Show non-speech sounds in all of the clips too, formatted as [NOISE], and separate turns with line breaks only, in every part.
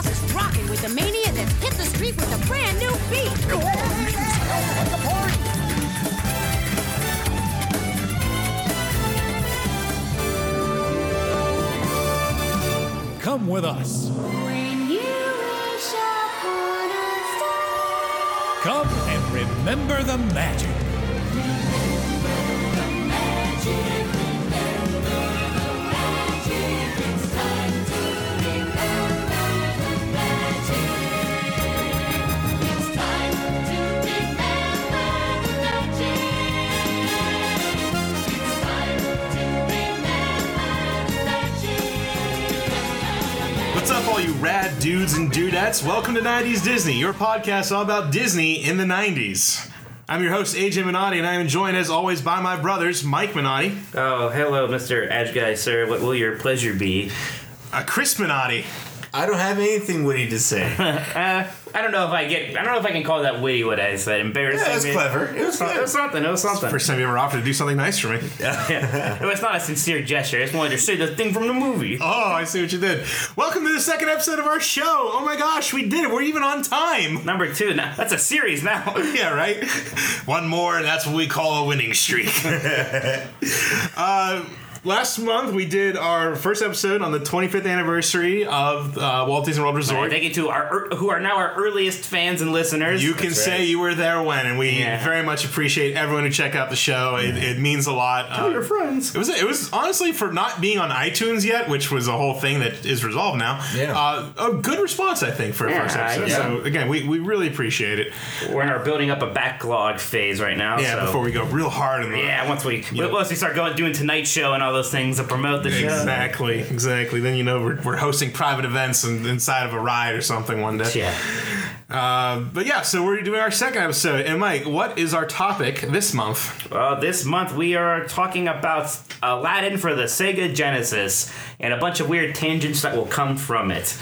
on with the mania that's hit the street with a brand new beat.
Come with us.
When you wish upon a star.
Come and remember the magic.
What's up, all you rad dudes and dudettes? Welcome to 90s Disney, your podcast all about Disney in the 90s. I'm your host, AJ Minotti, and I am joined, as always, by my brothers, Mike Minotti,
Oh, hello, Mr. Edge Guy, sir. What will your pleasure be?
uh, Chris Minotti,
I don't have anything witty to say. yeah,
Uh, I don't know if I get. I don't know if I can call that witty what I said. Embarrassing.
that's
me.
clever. It was
It was
clever.
something. It was something.
Uh, first time you ever offered to do something nice for me.
Yeah. It was not a sincere gesture. I just wanted to say the thing from the movie.
Oh, I see what you did. Welcome to the second episode of our show. Oh my gosh, we did it. We're even on time.
Number two. Now that's a series now.
[LAUGHS] Yeah, right? One more, and that's what we call a winning streak. [LAUGHS] uh, last month, we did our first episode on the 25th anniversary of uh, Walt Disney World Resort.
Thank you to our ear- who are now our earliest fans and listeners.
You can say you were there when, and we
Yeah.
very much appreciate everyone who check out the show. It, it means a lot.
Tell
Uh,
your friends.
it was it was honestly for not being on iTunes yet, which was a whole thing that is resolved now.
Yeah.
uh, a good response I think for a
Yeah,
first episode.
yeah.
So again, we, we really appreciate it.
We're in our building up a backlog phase right now.
Yeah,
so-
before we go real hard in the
Yeah, once we
Yeah.
once we start going doing tonight's show and all those things to promote the show.
Exactly, exactly. Then you know we're, we're hosting private events and inside of a ride or something one day.
Yeah.
Uh, but yeah, so we're doing our second episode. And Mike, what is our topic this month?
Well, Uh, this month we are talking about Aladdin for the Sega Genesis and a bunch of weird tangents that will come from it.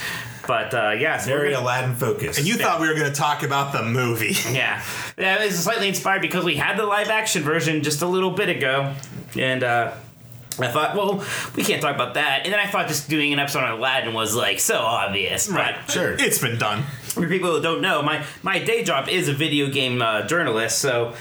But uh, yeah, so we're
Very
gonna-
Aladdin focused.
You thought we were going to talk about the movie.
yeah, yeah, it was slightly inspired because we had the live action version just a little bit ago, and uh, I thought, well, we can't talk about that. And then I thought just doing an episode on Aladdin was like so obvious, but
Right.
Sure.
[LAUGHS] It's been done.
[LAUGHS] for people who don't know, my my day job is a video game uh, journalist, so.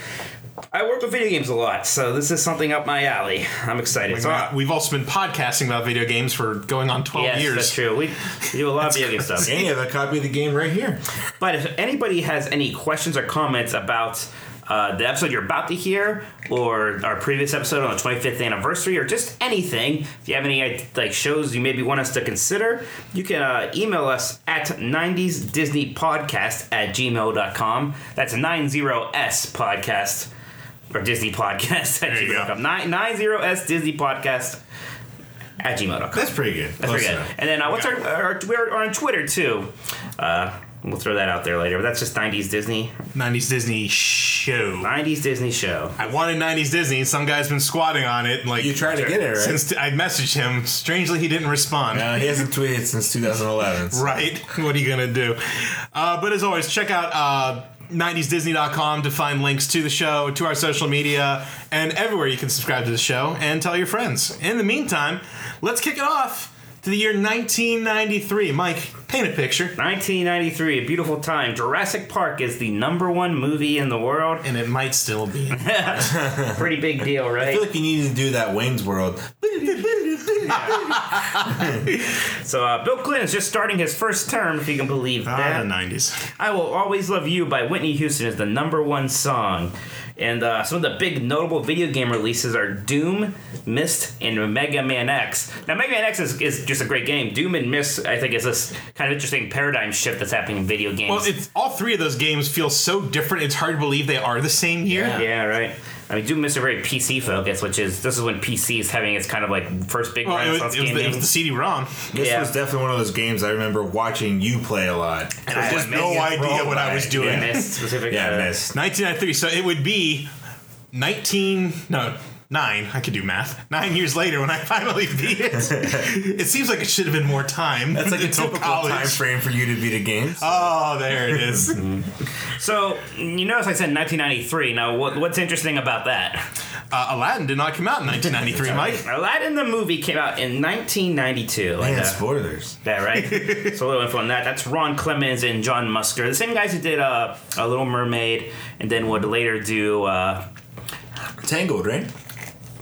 I work with video games a lot, so this is something up my alley. I'm excited. So I-
We've also been podcasting about video games for going on 12
yes,
years.
that's true. We, we do a lot of video game stuff.
And you have a copy of the game right here.
But if anybody has any questions or comments about uh, the episode you're about to hear, or our previous episode on the 25th anniversary, or just anything, if you have any uh, like shows you maybe want us to consider, you can uh, email us at 90s Disney Podcast at gmail.com. That's 90s podcast or Disney podcast [LAUGHS] at
There you go.
gmail.com. 90s Disney podcast at gmail.com.
That's pretty good.
That's pretty good. And then uh, what's our, our we're on Twitter too. Uh, we'll throw that out there later. But that's just '90s Disney,
90s Disney show.
'90s Disney show.
I wanted 90s Disney. Some guy's been squatting on it. Like
You tried to get it, right?
Since t- I messaged him, strangely he didn't respond.
Uh, he hasn't tweeted since 2011.
[LAUGHS]
so-
Right. What are you gonna do? Uh, but as always, check out uh, 90sdisney.com to find links to the show, to our social media, and everywhere you can subscribe to the show and tell your friends. In the meantime, let's kick it off to the year 1993. Mike, paint a picture,
1993, a beautiful time. Jurassic Park is the number one movie in the world.
and it might still [LAUGHS] be.
Pretty big
[LAUGHS]
deal,
I feel
right?
like you needed to do that Wayne's World.
So uh, Bill Clinton is just starting his first term, if you can believe
Ah,
that.
the 90s.
I Will Always Love You by Whitney Houston is the number one song. And uh, some of the big notable video game releases are Doom, Mist, and Mega Man X. Now, Mega Man X is, is just a great game. Doom and Mist, I think, is this kind of interesting paradigm shift that's happening in video games.
Well, it's, all three of those games feel so different. It's hard to believe they are the same year.
yeah, right. I mean, Doom and Mist are very PC focused, which is this is when PC is having its kind of like first big
Well, it was,
renaissance
it was the, it
gaming.
was the CD-ROM,
This
Yeah.
was definitely one of those games I remember watching you play a lot.
and I had
just
no
making it
idea
roll
what I
right.
was doing.
[LAUGHS] Mist specifically.
Yeah, I missed.
1993. So it would be 19. No, nine, I could do math. Nine years later, when I [LAUGHS] finally beat it, it seems like it should have been more time.
That's like a
[LAUGHS] until
typical time frame for you to beat a game.
Oh, there it is. [LAUGHS]
So you notice I said 1993. Now, what, what's interesting about that?
uh, Aladdin did not come out in 1993, Mike.
Aladdin the movie came out in 1992. Like uh,
Man,
that.
spoilers.
Yeah, right.
[LAUGHS]
it's a little info on that. That's Ron Clemens and John Musker, the same guys who did uh, a Little Mermaid, and then would later do uh,
Tangled, right?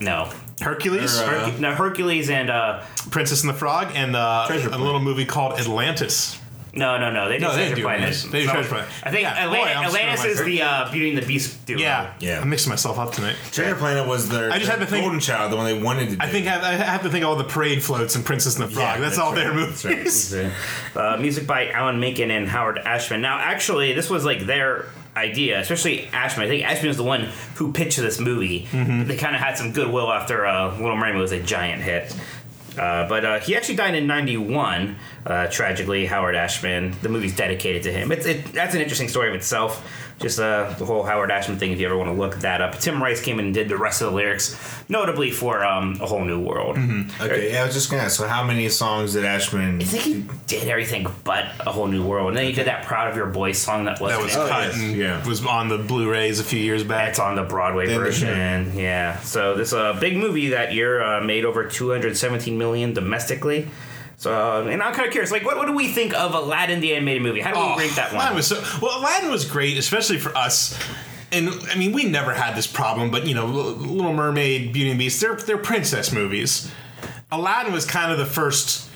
no.
Hercules,
Or, uh,
Hercu- no, Hercules and uh,
Princess and the Frog, and uh,
Treasure
a
Planet.
little movie called Atlantis.
no, no, no. They did
No,
no,
they didn't
Treasure
do
Planet.
Atlantis. They did
So,
Treasure Planet.
I think
Yeah,
Atlan-
boy, I'm screwing
Atlantis is
myself.
the uh, Beauty and the Beast duo.
Yeah,
Yeah.
I'm mixing myself up tonight.
Treasure Planet was their
I just
their
had to think-
golden child, the one they wanted to do.
I think I, I have to think of all the parade floats and Princess and the Frog. that's, all
right,
their
that's
movies. [LAUGHS]
right.
Uh, music by Alan Menken and Howard Ashman. Now, actually, this was like their idea, especially Ashman. I think Ashman was the one who pitched this movie. They kind of had some goodwill after uh, Little Mermaid was a giant hit. Uh, but uh, he actually died in '91. Uh, tragically, Howard Ashman. The movie's dedicated to him. It's it, that's an interesting story of itself. Just uh, the whole Howard Ashman thing. If you ever want to look that up, Tim Rice came in and did the rest of the lyrics, notably for um, A Whole New World.
Okay, yeah, I was just gonna ask. So, how many songs did Ashman?
I think he did everything but a whole new world, and then he did that "Proud of Your Boy" song that
That
wasn't
was
in-
Oh,
cut
yes,
and
yeah.
was on the Blu-rays a few years back.
That's on the Broadway
Then the-
version. Yeah. So this uh, big movie that year uh, made over 217 million domestically. So, uh, and I'm kind of curious, like, what, what do we think of Aladdin the animated movie? How do we
Oh,
rate that
Aladdin
one?
was so well. Aladdin was great, especially for us. And I mean, we never had this problem, but you know, L- Little Mermaid, Beauty and the Beast—they're they're princess movies. Aladdin was kind of the first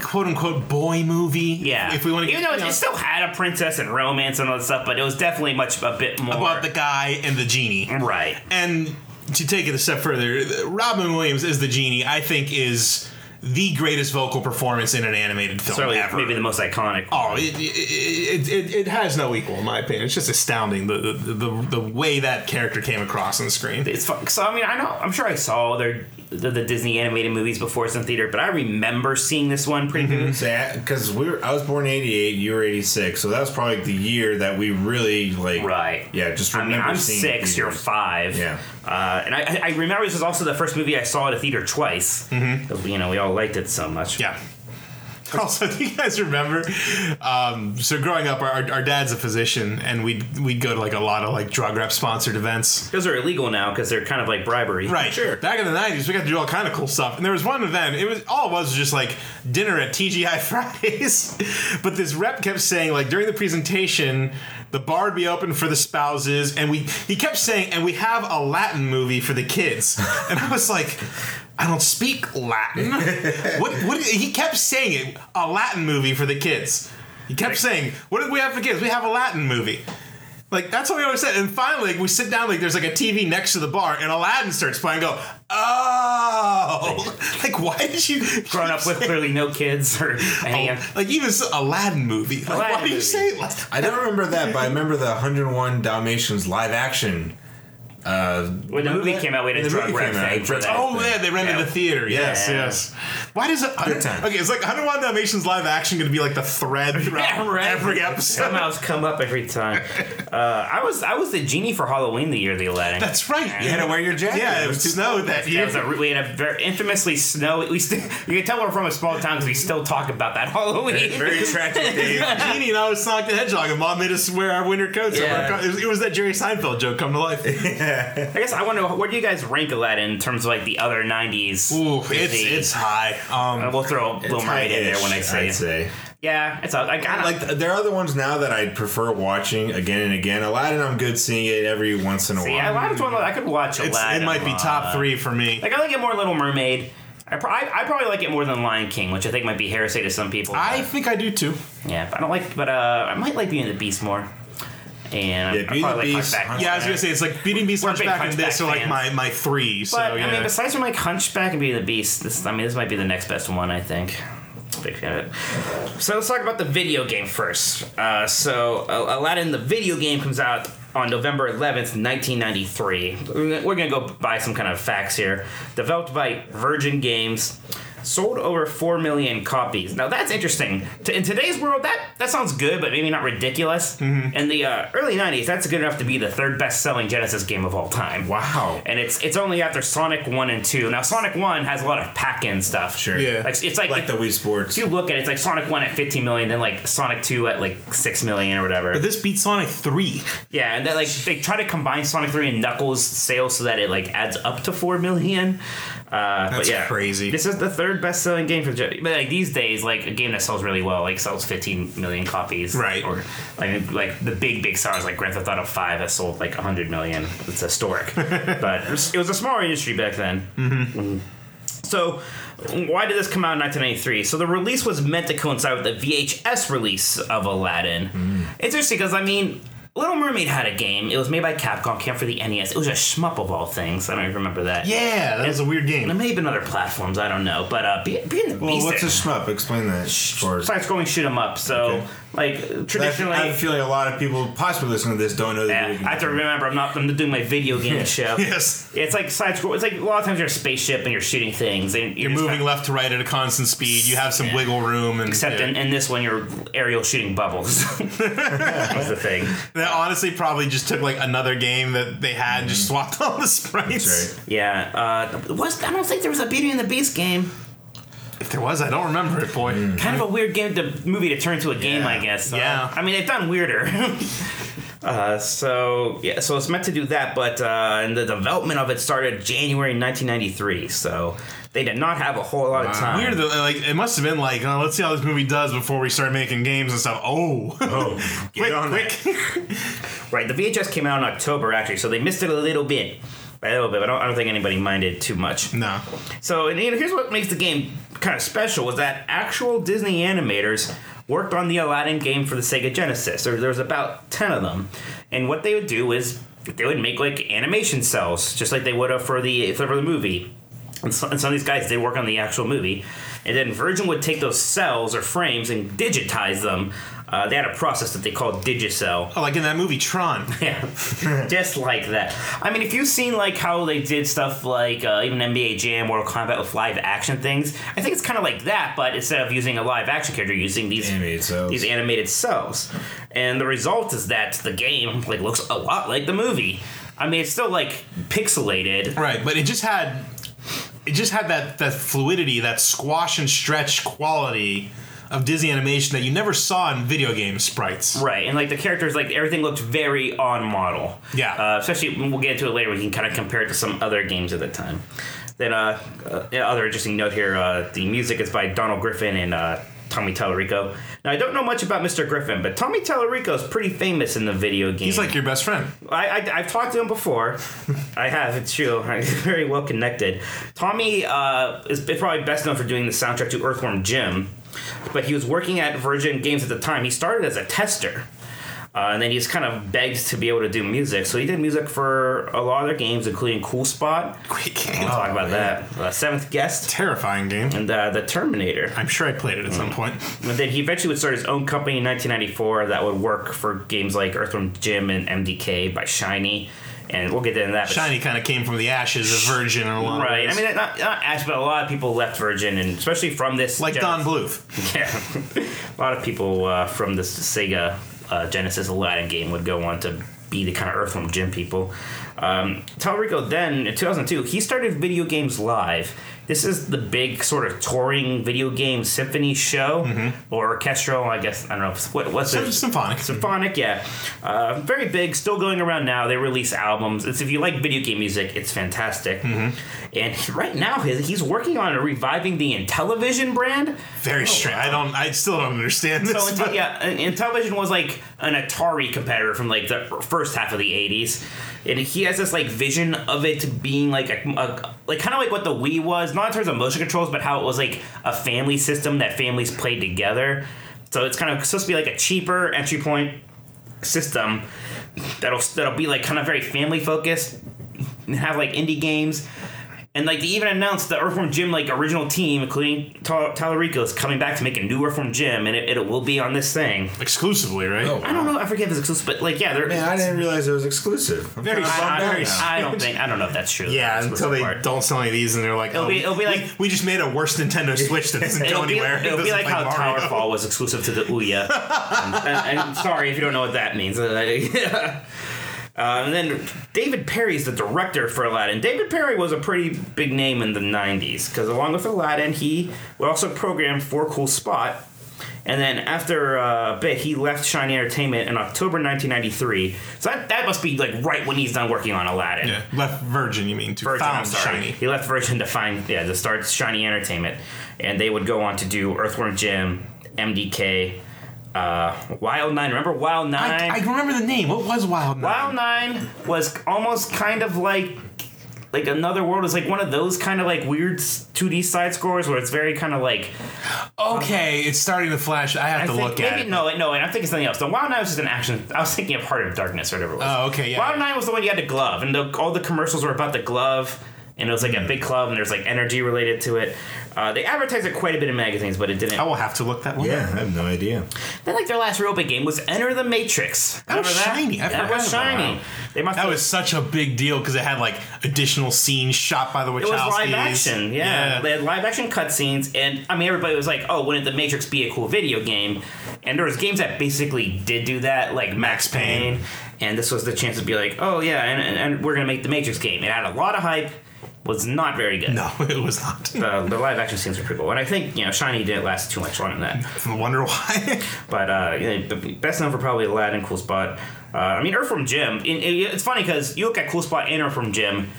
"quote unquote" boy movie.
yeah.
if we want to,
even though it- it still had a princess and romance and all that stuff, but it was definitely much a bit more
about the guy and the genie,
right.
and to take it a step further, Robin Williams as the genie, I think, is the greatest vocal performance in an animated film
Certainly,
ever.
maybe the most iconic.
Oh, it, it, it, it, it has no equal in my opinion. It's just astounding the, the, the, the way that character came across on the screen.
It's fun. So I mean, I know I'm sure I saw their the, the Disney animated movies before it's in theater, but I remember seeing this one pretty
Mm-hmm.
good.
Because we were, I was born in '88, you were '86, so that was probably the year that we really
[LAUGHS]
like.
Right.
Yeah, just
I mean,
remember.
I'm
seeing
six,
theaters.
you're five.
Yeah.
Uh, and I, I remember this was also the first movie I saw at a theater twice. Mm-hmm. You know, we all liked it so much.
Yeah. [LAUGHS] Also, do you guys remember? Um, so growing up, our, our, our dad's a physician, and we'd we'd go to like a lot of like drug rep sponsored events.
Those are illegal now because they're kind of like bribery.
Right. Sure. Back in the nineties, we got to do all kind of cool stuff. And there was one event. It was all it was was just like dinner at TGI [LAUGHS] Fridays. but this rep kept saying like during the presentation, the bar would be open for the spouses, and we he kept saying, and we have a Latin movie for the kids. and I was like. I don't speak Latin. what? What? He kept saying it. A Latin movie for the kids. He kept saying, "What did we have for kids? We have a Latin movie." Like that's what we always said. And finally, like, we sit down. Like there's like a TV next to the bar, and Aladdin starts playing. Go, oh, [LAUGHS] like why did you
[LAUGHS] Grown
[LAUGHS]
up with clearly no kids
[LAUGHS]
or
Oh,
any. uh,
like even s- Aladdin movie? Like,
Aladdin
why do you
movie.
say it? Like,
I don't remember that, but I remember the 101 Dalmatians live action.
when the
remember
movie
that?
came out, we had a
When the
drug
movie
rep
came out,
thing
it
for
was-
that.
Oh yeah, they rented
Yeah.
the theater. Yes,
Yeah.
yes. Why does it?
Good time.
Okay, it's like 101 Dalmatians live action going to be like the thread throughout
[LAUGHS] Yeah, right.
every episode.
Somehow it's come up every
[LAUGHS]
time. Uh, I was I was the genie for Halloween the year of the Aladdin.
That's right.
You had to wear your jacket.
Yeah, it
was too-
snowed that
Yeah,
year.
it was a, we had a very infamously snow. We still, you can tell we're from a small town because we still talk about that [LAUGHS] Halloween.
very
[LAUGHS]
tragic day.
Genie and I was Sonic the Hedgehog, and Mom made us wear our winter coats. over
Yeah.
our co- it, was, it was that Jerry Seinfeld joke come to
[LAUGHS]
life.
I guess I want to. Where do you guys rank Aladdin in terms of like the other '90s?
Ooh, it's
Disney?
it's high.
Uh,
Um,
We'll throw Little Mermaid in there when I say.
I'd
it.
say.
Yeah, it's all, like, I don't,
Like th- there are other ones now that I prefer watching again and again. Aladdin, I'm good seeing it every once in a
see,
while.
Aladdin's one of the- I could watch
it's,
Aladdin.
it might be
a lot.
top three for me.
Like I like it more Little Mermaid. I, pro- I, I probably like it more than Lion King, which I think might be heresy to some people.
I think I do too.
but- yeah, but I don't like. But uh, I might like Being the Beast more. And
Yeah,
I
Beauty and the
probably like
Beast,
Hunchback.
Yeah, I was gonna say it's like Beauty and the Beast,
We're big
Hunchback, and this are
Hunchback
like my my three. So
But
yeah.
I mean, besides from like Hunchback and Beauty and the Beast, this I mean, this might be the next best one. I think. Big fan of it. So let's talk about the video game first. Uh, so Al- Aladdin, the video game, comes out on November 11th, 1993. We're gonna- we're gonna go by some kind of facts here. Developed by Virgin Games. sold over 4 million copies. Now, that's interesting. T- in today's world, that, that sounds good, but maybe not ridiculous.
Mm-hmm.
In the uh, early 90s, that's good enough to be the third best selling Genesis game of all time.
Wow.
And it's it's only after Sonic 1 and 2. Now, Sonic 1 has a lot of pack in stuff.
Sure.
Yeah.
Like, it's like,
Like the Wii Sports.
if you look at it, it's like Sonic 1 at 15 million, then like Sonic 2 at like 6 million or whatever.
But this beats Sonic 3.
Yeah, and that like they try to combine Sonic Three and Knuckles sales so that it like adds up to four million. Uh, but
That's
yeah,
crazy.
This is the third best-selling game for Jet. But like these days, like a game that sells really well, like sells 15 million copies,
Right.
Or like like the big big stars like Grand Theft Auto Five has sold like 100 million. It's historic,
[LAUGHS]
but it was, it was a smaller industry back then. So, why did this come out in 1993? So, the release was meant to coincide with the VHS release of Aladdin. It's interesting because, I mean, Little Mermaid had a game. It was made by Capcom, came out for the NES. It was a shmup of all things. I don't even remember that.
Yeah, that was a weird
And it
game.
may have been other platforms. I don't know. But uh, being, being the
Well,
beast,
what's a shmup? Explain that for us.
side scrolling shoot 'em up. So, like, traditionally.
I have a feeling a lot of people possibly listening to this don't know that.
Yeah, I have to remember I'm not I'm doing my video game show.
Yes.
It's like side scroll. It's like a lot of times you're a spaceship and you're shooting things and
You're
just
moving
kinda-
left to right at a constant speed. You have some
Yeah.
wiggle room. And,
Except
yeah.
in, in this one, you're aerial shooting bubbles. [LAUGHS] That's the thing.
That honestly probably just took like another game that they had and just swapped [LAUGHS] all the sprites.
That's right.
Yeah. Uh, was I don't think there was a Beauty and the Beast game.
If there was, I don't remember it, boy.
Mm.
Kind of a weird game, to, movie to turn into a game, I guess. Uh,
Yeah.
I mean, they've done weirder. [LAUGHS] uh, so yeah, so it's meant to do that, but uh, and the development of it started January 1993. So they did not have a whole lot of time.
Weird though, like it must have been like, oh, let's see how this movie does before we start making games and stuff. Oh, [LAUGHS]
Oh, get
quick,
on that. [LAUGHS]
quick!
Right, the VHS came out in October actually, so they missed it a little bit. A little bit, but I don't, I don't think anybody minded too much.
no,
So, and you know, here's what makes the game kind of special was that actual Disney animators worked on the Aladdin game for the Sega Genesis. There, there was about 10 of them. And what they would do is they would make like animation cells, just like they would have for the, for the movie. And, so, and some of these guys did work on the actual movie. And then Virgin would take those cells or frames and digitize them. Uh, they had a process that they called Digicel.
oh, like in that movie Tron. [LAUGHS]
Yeah, [LAUGHS] just like that. I mean, if you've seen like how they did stuff like uh, even NBA Jam, Mortal Kombat with live action things, I think it's kind of like that, but instead of using a live action character, you're using these
Animated cells.
these animated cells, and the result is that the game like looks a lot like the movie. I mean, it's still like pixelated.
Right, but it just had it just had that that fluidity, that squash and stretch quality of Disney animation that you never saw in video game sprites.
Right, and like the characters, like everything looked very on model.
Yeah.
Uh, especially we'll get into it later. We can kind of compare it to some other games at the time. Then, uh, uh yeah, other interesting note here: uh, the music is by Donald Griffin and uh, Tommy Tallarico. Now, I don't know much about Mr. Griffin, but Tommy Tallarico is pretty famous in the video game.
He's like your best friend.
I, I I've talked to him before. I have. It's true. [LAUGHS] He's very well connected. Tommy uh, is probably best known for doing the soundtrack to Earthworm Jim, but he was working at Virgin Games at the time. He started as a tester. Uh, and then he's kind of begged to be able to do music, so he did music for a lot of their games, including Cool Spot.
Quick,
We'll
Oh,
talk about that. Uh, seventh Guest
terrifying game.
and uh, the Terminator.
I'm sure I played it at
Mm.
some point.
But then he eventually would start his own company in 1994 that would work for games like Earthworm Jim and MDK by Shiny. And we'll get into that. but-
Shiny kind of came from the ashes of Virgin and a lot. of
Right. I
ways.
mean, not, not Ash, but a lot of people left Virgin, and especially from this.
like
Gen-
Don Bluth.
[LAUGHS] Yeah. a lot of people uh, from this Sega uh, Genesis Aladdin game would go on to be the kind of Earthworm Jim people. Um, Talrico then, in 2002, he started Video Games Live. This is the big sort of touring video game symphony show or orchestral, I guess. I don't know. What, what's
Mm-hmm. Sym-
it?
Symphonic.
Symphonic, yeah. Uh, very big, still going around now. They release albums. It's, if you like video game music, it's fantastic. And he- right now, his, he's working on reviving the Intellivision brand.
Very strange. I don't. I still don't understand this.
Oh, So, Intel-
but-
yeah, and- Intellivision was like an Atari competitor from like the first half of the 80s. And he has this like vision of it being like a, a like kind of like what the Wii was, not in terms of motion controls, but how it was like a family system that families played together. So it's kind of supposed to be like a cheaper entry point system that'll that'll be like kind of very family focused and have like indie games And like they even announced the Earthworm Jim like original team, including Ta- Tyler Rico, is coming back to make a new Earthworm Jim, and it, it will be on this thing.
exclusively, right?
Oh.
I don't know. I forget if it's exclusive, but like yeah, they're.
Man, I didn't realize it was exclusive. I'm
Very
kinda
small,
bummed out
very
now.
I don't think I don't know if that's true.
Yeah,
That's
until
the
they
part.
don't sell any of these, and they're like,
It'll
oh,
be- it'll
we-
be like-
we just made a worse Nintendo Switch that doesn't go
It'll be,
anywhere.
it'll
doesn't
be like
play
how
Mario.
Towerfall was exclusive to the Ouya. um, and, and sorry if you don't know what that means. [LAUGHS] Uh, and then David Perry is the director for Aladdin. David Perry was a pretty big name in the 90s because along with Aladdin, he also programmed For Cool Spot. And then after uh, a bit, he left Shiny Entertainment in October 1993. So that, that must be like right when he's done working on Aladdin.
Yeah, left Virgin, you mean? To
Virgin,
found
I'm sorry.
Shiny.
He left Virgin to find, yeah, to start Shiny Entertainment, and they would go on to do Earthworm Jim, MDK, uh, Wild Nine. Remember Wild Nine?
I, I remember the name. What was Wild Nine?
Wild Nine was almost kind of like like another world is like one of those kind of like weird 2D side scores where it's very kind of like
Okay, it's starting to flash. I have
I
to
think
look
maybe
at it.
no no wait, I'm thinking something else. The Wild Nine was just an action. I was thinking of Heart of Darkness or whatever. It was.
Oh, okay, yeah.
Wild Nine was the one you had the glove, and the, all the commercials were about the glove, and it was
Mm.
like a big club, and there's like energy related to it. Uh, they advertised it quite a bit in magazines, but it didn't.
I will have to look that one.
Yeah, I
up.
have no idea.
Then like their last real big game was Enter the Matrix.
That was
Remember
Shiny. I
that
forgot
was
about
shiny.
that.
They must.
That
have-
was such a big deal because it had like additional scenes shot by the Wachowskis.
It was live action, yeah. They had live action cutscenes, and I mean, everybody was like, "Oh, wouldn't The Matrix be a cool video game?" And there was games that basically did do that, like Max Payne, and this was the chance to be like, "Oh yeah, and, and, and we're gonna make The Matrix game." It had a lot of hype, was not very good.
No, [LAUGHS] it was not.
Um, The, the live action scenes were pretty cool, and I think you know Shiny didn't last too much longer than that.
I wonder why.
But uh, yeah, b- best known for probably Aladdin, Cool Spot. Uh, I mean, Earthworm Jim. in- in- it's funny because you look at Cool Spot and Earthworm Jim,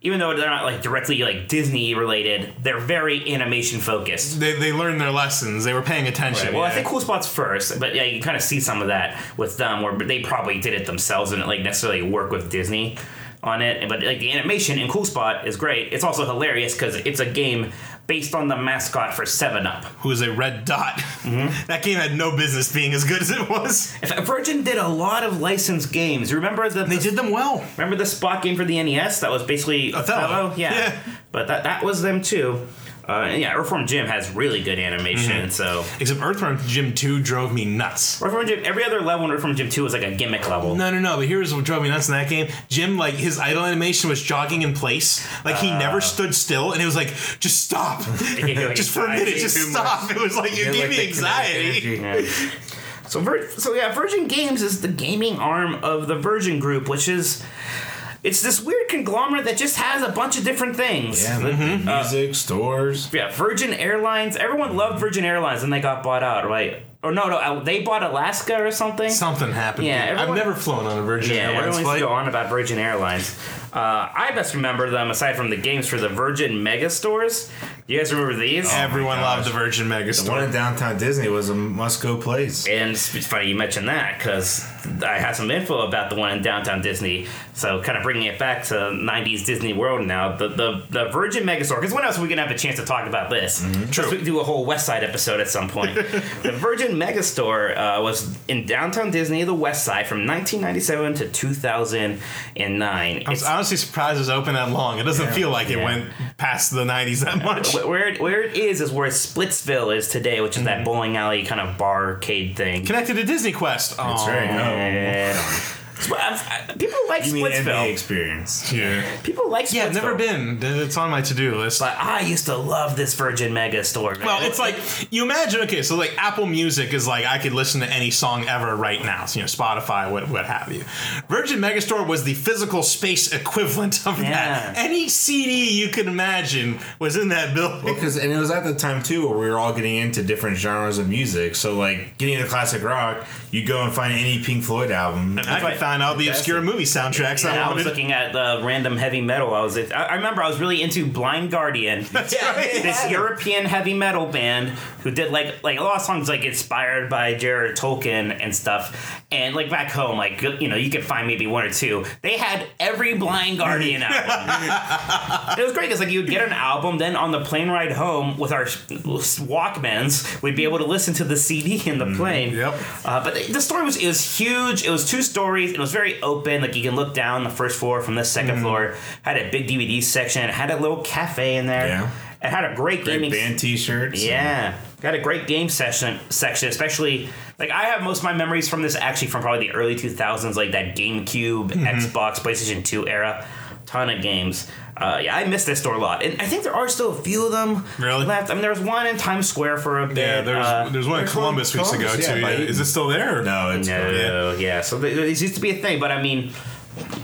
even though they're not like directly like Disney related, they're very animation focused.
they, they learned their lessons. They were paying attention.
Well, I
yeah.
think Cool Spot's first, but yeah, you kind of see some of that with them, where they probably did it themselves and like necessarily work with Disney on it. But like the animation in Cool Spot is great. It's also hilarious because it's a game based on the mascot for Seven Up.
who is a red dot. [LAUGHS]
Mm-hmm.
that game had no business being as good as it was.
If- Virgin did a lot of licensed games. Remember the
They did them well.
Remember the Spot game for the NES? That was basically
Othello.
Yeah.
Yeah.
But that that was them too. Uh, and yeah, Earthworm Jim has really good animation.
Mm-hmm.
So
Except Earthworm Jim 2 drove me nuts.
Earthworm Jim, every other level in Earthworm Jim Two was like a gimmick level.
No, no, no. But here's what drove me nuts in that game. Jim, like his idle animation was jogging in place. Like he
Ah.
never stood still, and it was like, just
[LAUGHS]
stop, [LAUGHS] just for a minute, just
Too much.
stop. It was like it gave me anxiety.
Yeah. So, Vir- so yeah, Virgin Games is the gaming arm of the Virgin Group, which is it's this weird conglomerate that just has a bunch of different things.
Yeah,
Mm-hmm. Uh,
music, stores.
Yeah, Virgin Airlines. Everyone loved Virgin Airlines, and they got bought out, right? Or no, no, uh, they bought Alaska or something.
Something happened.
Yeah, everyone-
I've never flown on a Virgin
yeah,
Airlines
everyone's
flight.
Oh
go on about Virgin Airlines. Uh, I best remember them aside from the games for the Virgin Mega Stores. You guys remember these?
Everyone loved the Virgin
The one
Megastore.
in downtown Disney was a must-go place.
And it's it's funny you mentioned that because I have some info about the one in downtown Disney. So kind of bringing it back to '90s Disney World now. The the, the Virgin Megastore. Because when else are we gonna have a chance to talk about this?
Mm-hmm.
True. We could do a whole West Side episode at
[LAUGHS]
some point. the Virgin Megastore uh, was in downtown Disney, the West Side, from 1997 to 2009.
I was
It's-
honestly surprised it was open that long. It doesn't feel like it
yeah.
went past the 90s that much.
Wh- Where it, where it is is where Splitsville is today, which is
Mm-hmm.
that bowling alley kind of barcade thing.
Connected to Disney Quest.
That's
Aw.
Oh,
right.
Yeah. Sp- I- I- people like
You mean NBA
Splitsville.
experience?
Yeah.
People like Splitsville.
Yeah, I've never been. It's on my to-do list.
But I used to love this Virgin Mega store. Man.
Well, it's like you imagine. Okay, so like Apple Music is like I could listen to any song ever right now. So, you know, Spotify, what what have you. Virgin Megastore was the physical space equivalent of
Yeah.
that. Any CD you could imagine was in that building.
Because and it was at the time too where we were all getting into different genres of music. So like getting into classic rock, you go and find any Pink Floyd album.
And I could find out the obscure movie soundtracks.
And
I
I was
wanted.
looking at the random heavy metal. I was, I I remember I was really into
[LAUGHS]
Blind Guardian. this European heavy metal band who did like like a lot of songs like inspired by Jared Tolkien and stuff. And like back home, like you know, you could find maybe one or two. They had every
[LAUGHS]
Blind Guardian album. it was great because like you'd get an album, then on the plane ride home with our Walkmans, we'd
Mm,
be able to listen to the CD in the plane.
Yep.
Uh, but the story was it was huge. It was two stories. It was was very open. Like you can look down the first floor from the 2nd
Mm.
floor. Had a big DVD section. It had a little cafe in there.
Yeah.
It had a great,
Great
gaming
band T-shirts.
yeah. Got a great game session section, especially like I have most of my memories from this actually from probably the early 2000s, like that GameCube,
Mm-hmm.
Xbox, PlayStation 2 era. Ton of games. Uh, yeah, I miss this store a lot, and I think there are still a few of them
Really?
left. I mean, there was one in Times Square for a bit.
Yeah, there's
uh,
there's one in
there's
Columbus we used to go
Columbus,
to.
yeah, by
yeah.
Eaton.
Is it still there? or-
No, it's
no, yeah. So th- this used to be a thing, but I mean,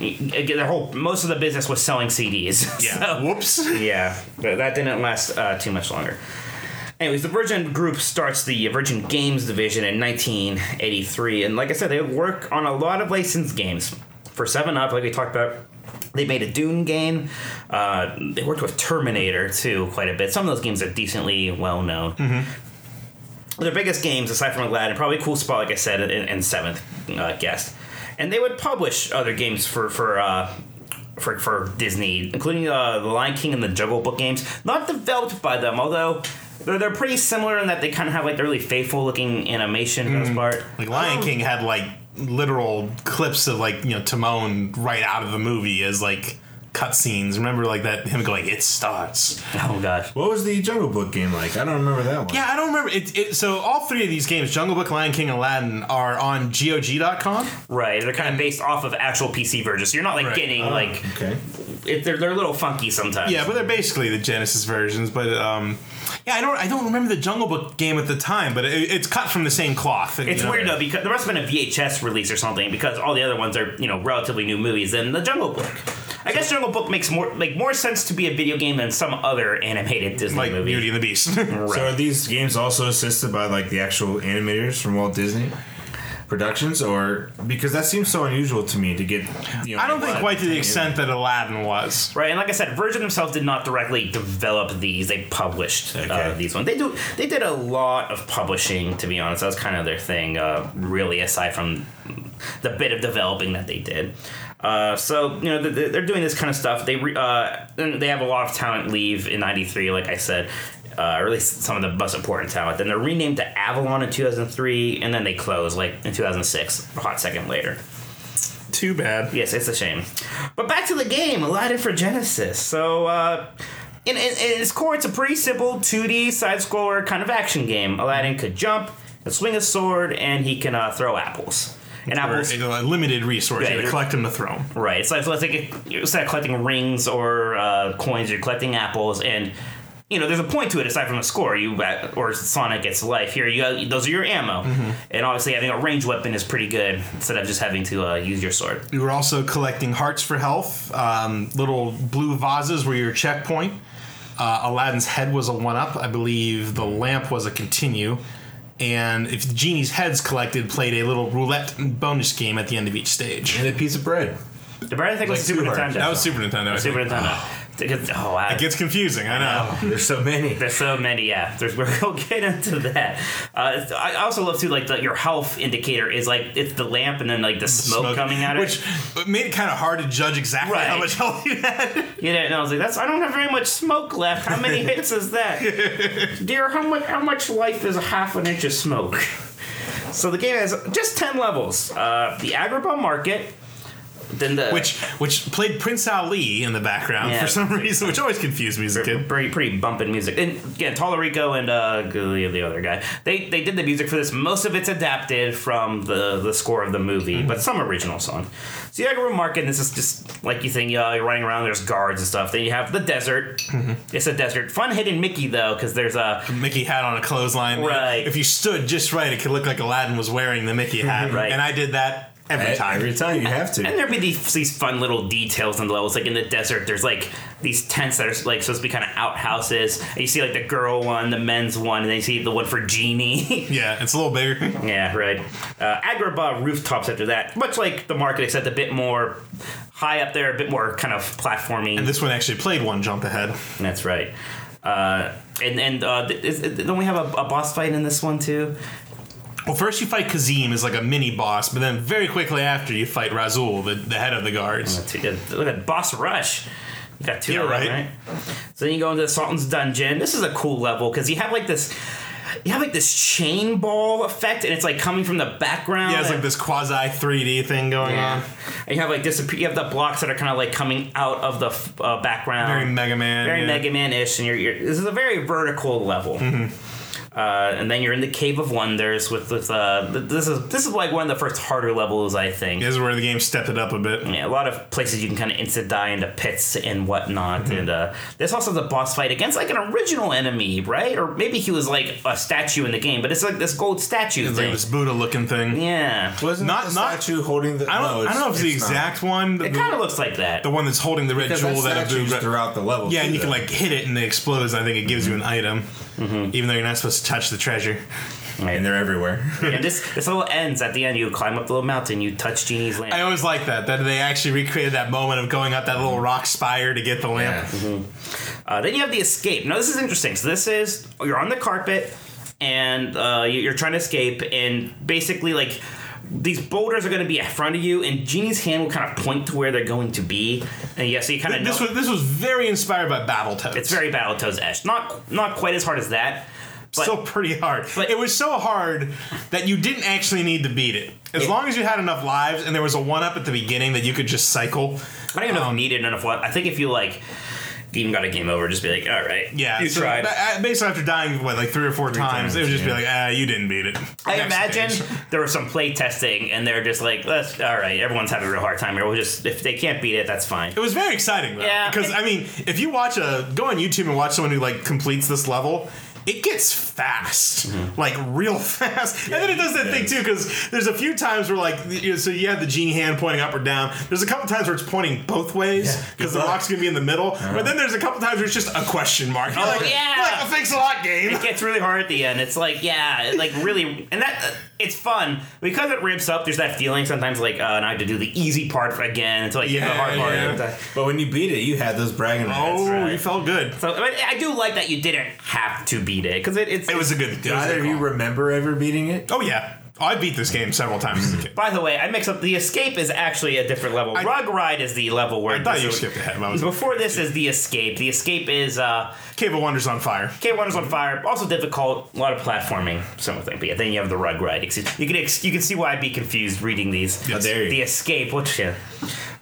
again, their whole most of the business was selling CDs. [LAUGHS] so-
Yeah. Whoops.
yeah, but that didn't last uh, too much longer. Anyways, the Virgin Group starts the Virgin Games division in 1983, and like I said, they work on a lot of licensed games. For Seven Up, like we talked about, they made a Dune game. Uh, they worked with Terminator too quite a bit. Some of those games are decently well known. Their biggest games, aside from Aladdin, probably Cool Spot, like I said, and, and Seventh uh, Guest, and they would publish other games for for uh, for, for Disney, including uh, the Lion King and the Jungle Book games, not developed by them, although they're, they're pretty similar in that they kind of have like the really faithful looking animation for the most part.
Like Lion King had like literal clips of like you know Timon right out of the movie as like cutscenes. Remember like that him going, "It starts."
Oh gosh,
What was the Jungle Book game like? I don't remember that one.
Yeah, I don't remember. It, it, so all three of these games, Jungle Book, Lion King, and Aladdin, are on GOG.com.
right? They're kind of based off of actual PC versions. So you're not like
Right.
getting
Oh,
like
okay.
it, they're they're a little funky sometimes.
Yeah, but they're basically the Genesis versions. But um, yeah, I don't I don't remember the Jungle Book game at the time, but it, it's cut from the same cloth. and,
It's
you know,
weird though because there must have been a VHS release or something because all the other ones are you know relatively new movies than the Jungle Book. I guess Jungle Book makes more like more sense to be a video game than some other animated Disney
Like
movie.
Beauty and the
[LAUGHS]
Beast.
So are these games also assisted by like the actual animators from Walt Disney Productions, or because that seems so unusual to me to get? You know,
I don't think
Aladdin
quite to
to
the
animate.
extent that Aladdin was.
Right, and like I said, Virgin themselves did not directly develop these; they published uh,
Okay.
these ones. They do. They did a lot of publishing, to be honest. That was kind of their thing, uh, really. Aside from the bit of developing that they did, uh, so you know they're, they're doing this kind of stuff. They re, uh, and they have a lot of talent leave in '93, like I said. Uh, or at least some of the most important talent. Then they're renamed to Avalon in 2003, and then they close like in 2006, a hot second later.
Too bad.
Yes, it's a shame. But back to the game, Aladdin for Genesis. So, uh, in, in, in its core, it's a pretty simple 2D side scroller kind of action game. Aladdin could jump, can swing a sword, and he can uh, throw apples. And
Or,
apples.
you know, a limited resource. you
Yeah,
had to
you're-
collect him to throw him.
Right. So it's like instead of collecting rings or uh, coins, you're collecting apples, and you know there's a point to it aside from a score. You uh, or Sonic gets life here. You those are your ammo,
Mm-hmm.
and obviously having a ranged weapon is pretty good instead of just having to uh, use your sword.
We were also collecting hearts for health. Um, little blue vases were your checkpoint. Uh, Aladdin's head was a one up. I believe the lamp was a continue. And if the genie's heads collected, played a little roulette bonus game at the end of each stage.
and a piece of bread.
The brand I think was
Like
Super
two
Nintendo.
hearts.
That was Super Nintendo. I
Super
think.
Nintendo. Because- oh, wow.
It gets confusing. I know.
There's so many.
There's so many, yeah. There's [LAUGHS] we'll get into that. Uh, I also love too, like the, your health indicator is like it's the lamp and then like the smoke, coming out of
which
it.
made it kind of hard to judge exactly
Right.
how much health you had.
You know, and I was like, that's I don't have very much smoke left.
[LAUGHS]
How many hits is that, dear? How much how much life is a half an inch of smoke? So the game has just ten levels. Uh, the Agrabah Market, then the
Which which played Prince Ali in the background
Yeah.
for some reason, which always confused me as a kid.
pretty pretty bumping music. And again, Tolerico and uh, the the other guy, they they did the music for this. Most of it's adapted from the the score of the movie, but some original song. So you have a market. And this is just like you think uh, you're running around. There's guards and stuff. Then you have the desert. It's a desert. Fun hidden Mickey though, because there's a
Mickey hat on a clothesline.
Right.
If you stood just right, it could look like Aladdin was wearing the Mickey [LAUGHS] hat.
Right.
And I did that every
[LAUGHS] Every
time.
time, every time you have to.
And there'd be these, these fun little details and levels. Like in the desert, there's like these tents that are like supposed to be kind of outhouses. And you see like the girl one, the men's one, and then you see the one for [LAUGHS] Genie.
yeah, it's a little bigger.
Yeah, right. Uh, Agrabah rooftops after that, much like the market, except a bit more high up there, a bit more kind of platforming.
And this one actually played one jump ahead.
That's right. Uh, and and uh, th- is, is- don't we have a, a boss fight in this one too?
Well, first you fight Kazim as like a mini boss, but then very quickly after you fight Razul, the, the head of the guards.
That's- uh, Look at Boss Rush. You got two
Yeah,
of them,
right.
right? So then you go into the Sultan's Dungeon. This is a cool level because you have like this. you have like this chain ball effect, and it's like coming from the background.
Yeah, it's like
and-
this quasi 3D thing going
Yeah.
on.
And you have like disappear. You have the blocks that are kind of like coming out of the f- uh, background.
Very Mega Man.
Very
yeah.
Mega Man ish, and you're, you're this is a very vertical level.
Mm-hmm.
Uh, and then you're in the Cave of Wonders with with uh, th- this is this is like one of the first harder levels I think.
This is where the game stepped it up a bit.
Yeah, a lot of places you can kind of instant die into pits and whatnot,
Mm-hmm.
and uh, there's also the boss fight against like an original enemy, right? Or maybe he was like a statue in the game, but it's like this gold statue
It's like
thing.
this Buddha looking thing.
yeah,
Wasn't
Not-
not, the
not-
statue holding the?
I don't,
no,
I
it's-
don't know if it's the
not.
exact one. The,
it kind of looks like that.
the one that's holding the red
Because
jewel that
that's
Abu
statues throughout the level.
Yeah, and
too,
you can
though.
like hit it and it explodes. And I think it gives you
Mm-hmm.
an item, even though you're not supposed to touch the treasure. [LAUGHS]
and they're everywhere.
and this this all ends at the end. You climb up the little mountain, you touch Genie's lamp.
I always like that that they actually recreated that moment of going up that little rock spire to get the lamp.
Uh, then you have the escape. Now this is interesting. So this is you're on the carpet and uh, you- you're trying to escape, and basically like these boulders are going to be in front of you, and Genie's hand will kind of point to where they're going to be, and yeah, so you kind of
This
know.
was this was very inspired by Battletoads.
it's very Battletoads esque. Not not quite as hard as that. But
still pretty hard.
but-
it was so hard that you didn't actually need to beat it. As
Yeah.
long as you had enough lives and there was a one up at the beginning that you could just cycle. Um,
I don't even know if needed enough. What I think if you like even got a game over, just be like, all right,
Yeah,
you
so
tried.
ba- uh, Basically, after dying what like three or four times,
times,
it would just be
yeah.
like, ah, you didn't beat it.
I
Next
imagine
stage.
[LAUGHS] there was some play testing, and they're just like, "Let's all right, everyone's having a real hard time here. We'll just if they can't beat it, that's fine."
It was very exciting though.
Yeah.
Because I mean, if you watch a go on YouTube and watch someone who like completes this level, it gets fast, like real [LAUGHS] fast. and then it does that thing too, because there's a few times where like, you know, so you have the genie hand pointing up or down. There's a couple times where it's pointing both ways
Yeah.
because the rock's gonna be in the middle. But then there's a couple times where it's just a question mark. You're
Oh,
like,
yeah.
you're like, thanks a lot, game.
It gets really hard at the end. It's like, yeah, it, like really, and that uh, it's fun because it ramps up. There's that feeling sometimes, like, uh, and I have to do the easy part again until I get to the
Yeah,
hard part.
yeah.
It's, uh,
[LAUGHS] but when you beat it, you had those bragging rights.
[LAUGHS] Oh,
right.
you felt good.
So but I do like that you didn't have to beat it because it, it's.
It was a good.
Did
it was a
either
good
of you
call.
remember ever beating it?
oh yeah, I beat this game several times as a kid.
By the way, I mix up. The escape is actually a different level.
I-
Rug ride is the level where
I thought
this
you
is-
skipped ahead. I was
[LAUGHS] Before this is the escape. The escape is. uh
Cave of Wonders on fire.
K1 is on fire. Also difficult. A lot of platforming, similar thing. But yeah, then you have the rug ride. Ex- You can ex- you can see why I'd be confused reading these.
How dare you.
The escape, which yeah.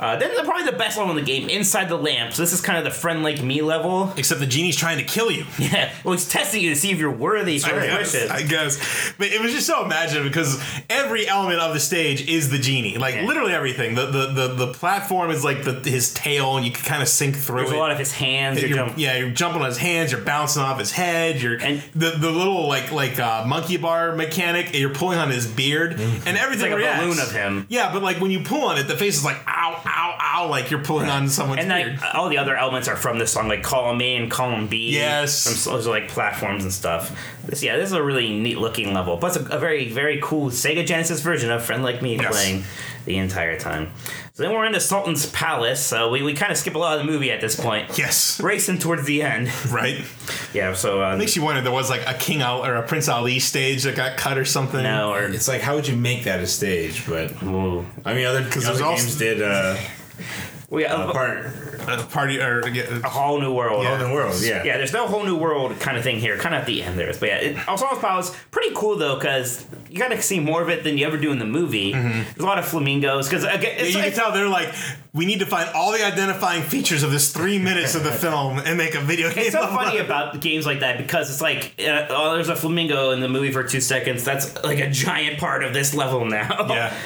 Uh, then the, probably the best level in the game, inside the lamp. So this is kind of the friend like me level.
Except the genie's trying to kill
[LAUGHS]
you.
Yeah, well, it's testing you to see if you're worthy "Oh, for
I
your
guess,
wishes.
I guess. But it was just so imaginative because every element of the stage is the genie. Like
Yeah.
literally everything. The, the the the platform is like the, his tail, and you can kind of sink through
There's
it.
a lot of his hands.
You're-
You're jump-
yeah, you're jumping on his hands. You're bouncing off his head. You're
And-
the the little like like uh, monkey bar mechanic. You're pulling on his beard, and everything
like a
reacts.
balloon of him.
Yeah, but like when you pull on it, the face is like ow ow ow, like you're pulling on someone's
And
beard.
like uh, all the other elements are from this song, like column A and column B.
Yes.
Some- so those are like platforms and stuff. This, yeah, this is a really neat looking level. Plus, a, a very very cool Sega Genesis version of Friend Like Me
Yes.
playing the entire time. So then we're into Sultan's Palace. So we, we kind of skip a lot of the movie at this
[LAUGHS]
point.
yes,
Racing towards the end. [LAUGHS]
right.
yeah. So uh,
Makes you wonder. if There was like a King Al or a Prince Ali stage that got cut or something.
no, or
It's like how would you make that a stage? But
ooh.
I mean, other because
there's
other
also-
games did uh,
we
a
a,
part
a party or Uh, yeah,
a whole new world.
all in the world. Yeah,
Yeah, there's no whole new world kind of thing here, kind of at the end there is. But yeah, it, also Lost Palace, pretty cool though, because you got to see more of it than you ever do in the movie. There's a lot of flamingos, because again,
Mm-hmm. Yeah,
it's,
you can
it's,
tell they're like, we need to find all the identifying features of this three minutes
[LAUGHS]
of the film and make a video game.
it's so
of
funny
it.
about games like that because it's like, uh, oh, there's a flamingo in the movie for two seconds. That's like a giant part of this level now.
Yeah.
[LAUGHS]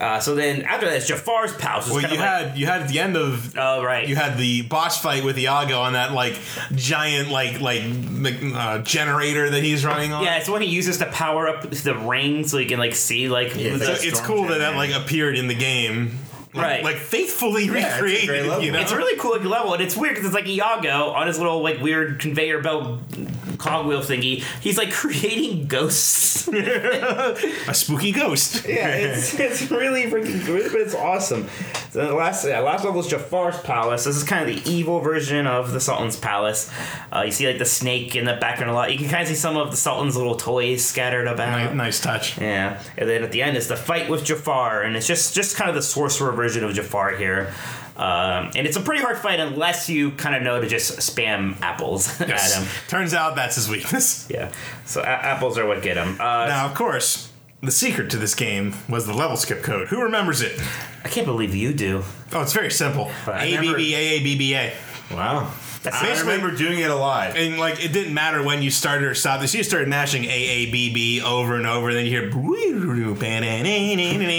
Uh, so then after that, it's Jafar's palace. It's
Well,
kind
you
of like,
had you had at the end of uh,
oh right,
you had the boss fight with Iago on that like giant like like m- uh, generator that he's running on.
yeah, it's when he uses to power up the ring so he can like see like
Yeah,
the-
So it's
Storm
cool that
Jam,
that
yeah.
like appeared in the game, like,
Right.
Like faithfully
it's a great
recreated.
level.
you know?
It's a really cool level, and it's weird because it's like Iago on his little like weird conveyor belt cogwheel thingy. He's like [LAUGHS] creating ghosts.
a spooky ghost.
yeah, it's, it's really freaking good, but it's awesome. So the last yeah, last level is Jafar's palace. This is kind of the evil version of the Sultan's palace. Uh, you see like the snake in the background a lot. You can kind of see some of the Sultan's little toys scattered
Nice,
about.
nice touch.
Yeah, and then at the end is the fight with Jafar, and it's just just kind of the sorcerer version of Jafar here. Um, and it's a pretty hard fight unless you kind of know to just spam apples [LAUGHS]
Yes.
at him.
Turns out that's his weakness.
Yeah, so a- apples are what get him. Uh,
Now, of course, the secret to this game was the level skip code. Who remembers it?
I can't believe you do.
Oh, it's very simple.
I
A B
remember-
B A A B B A.
Wow.
That's
I
basically-
remember doing it alive.
And like it didn't matter when you started or stopped this. You started mashing A A B B over and over, and then you hear.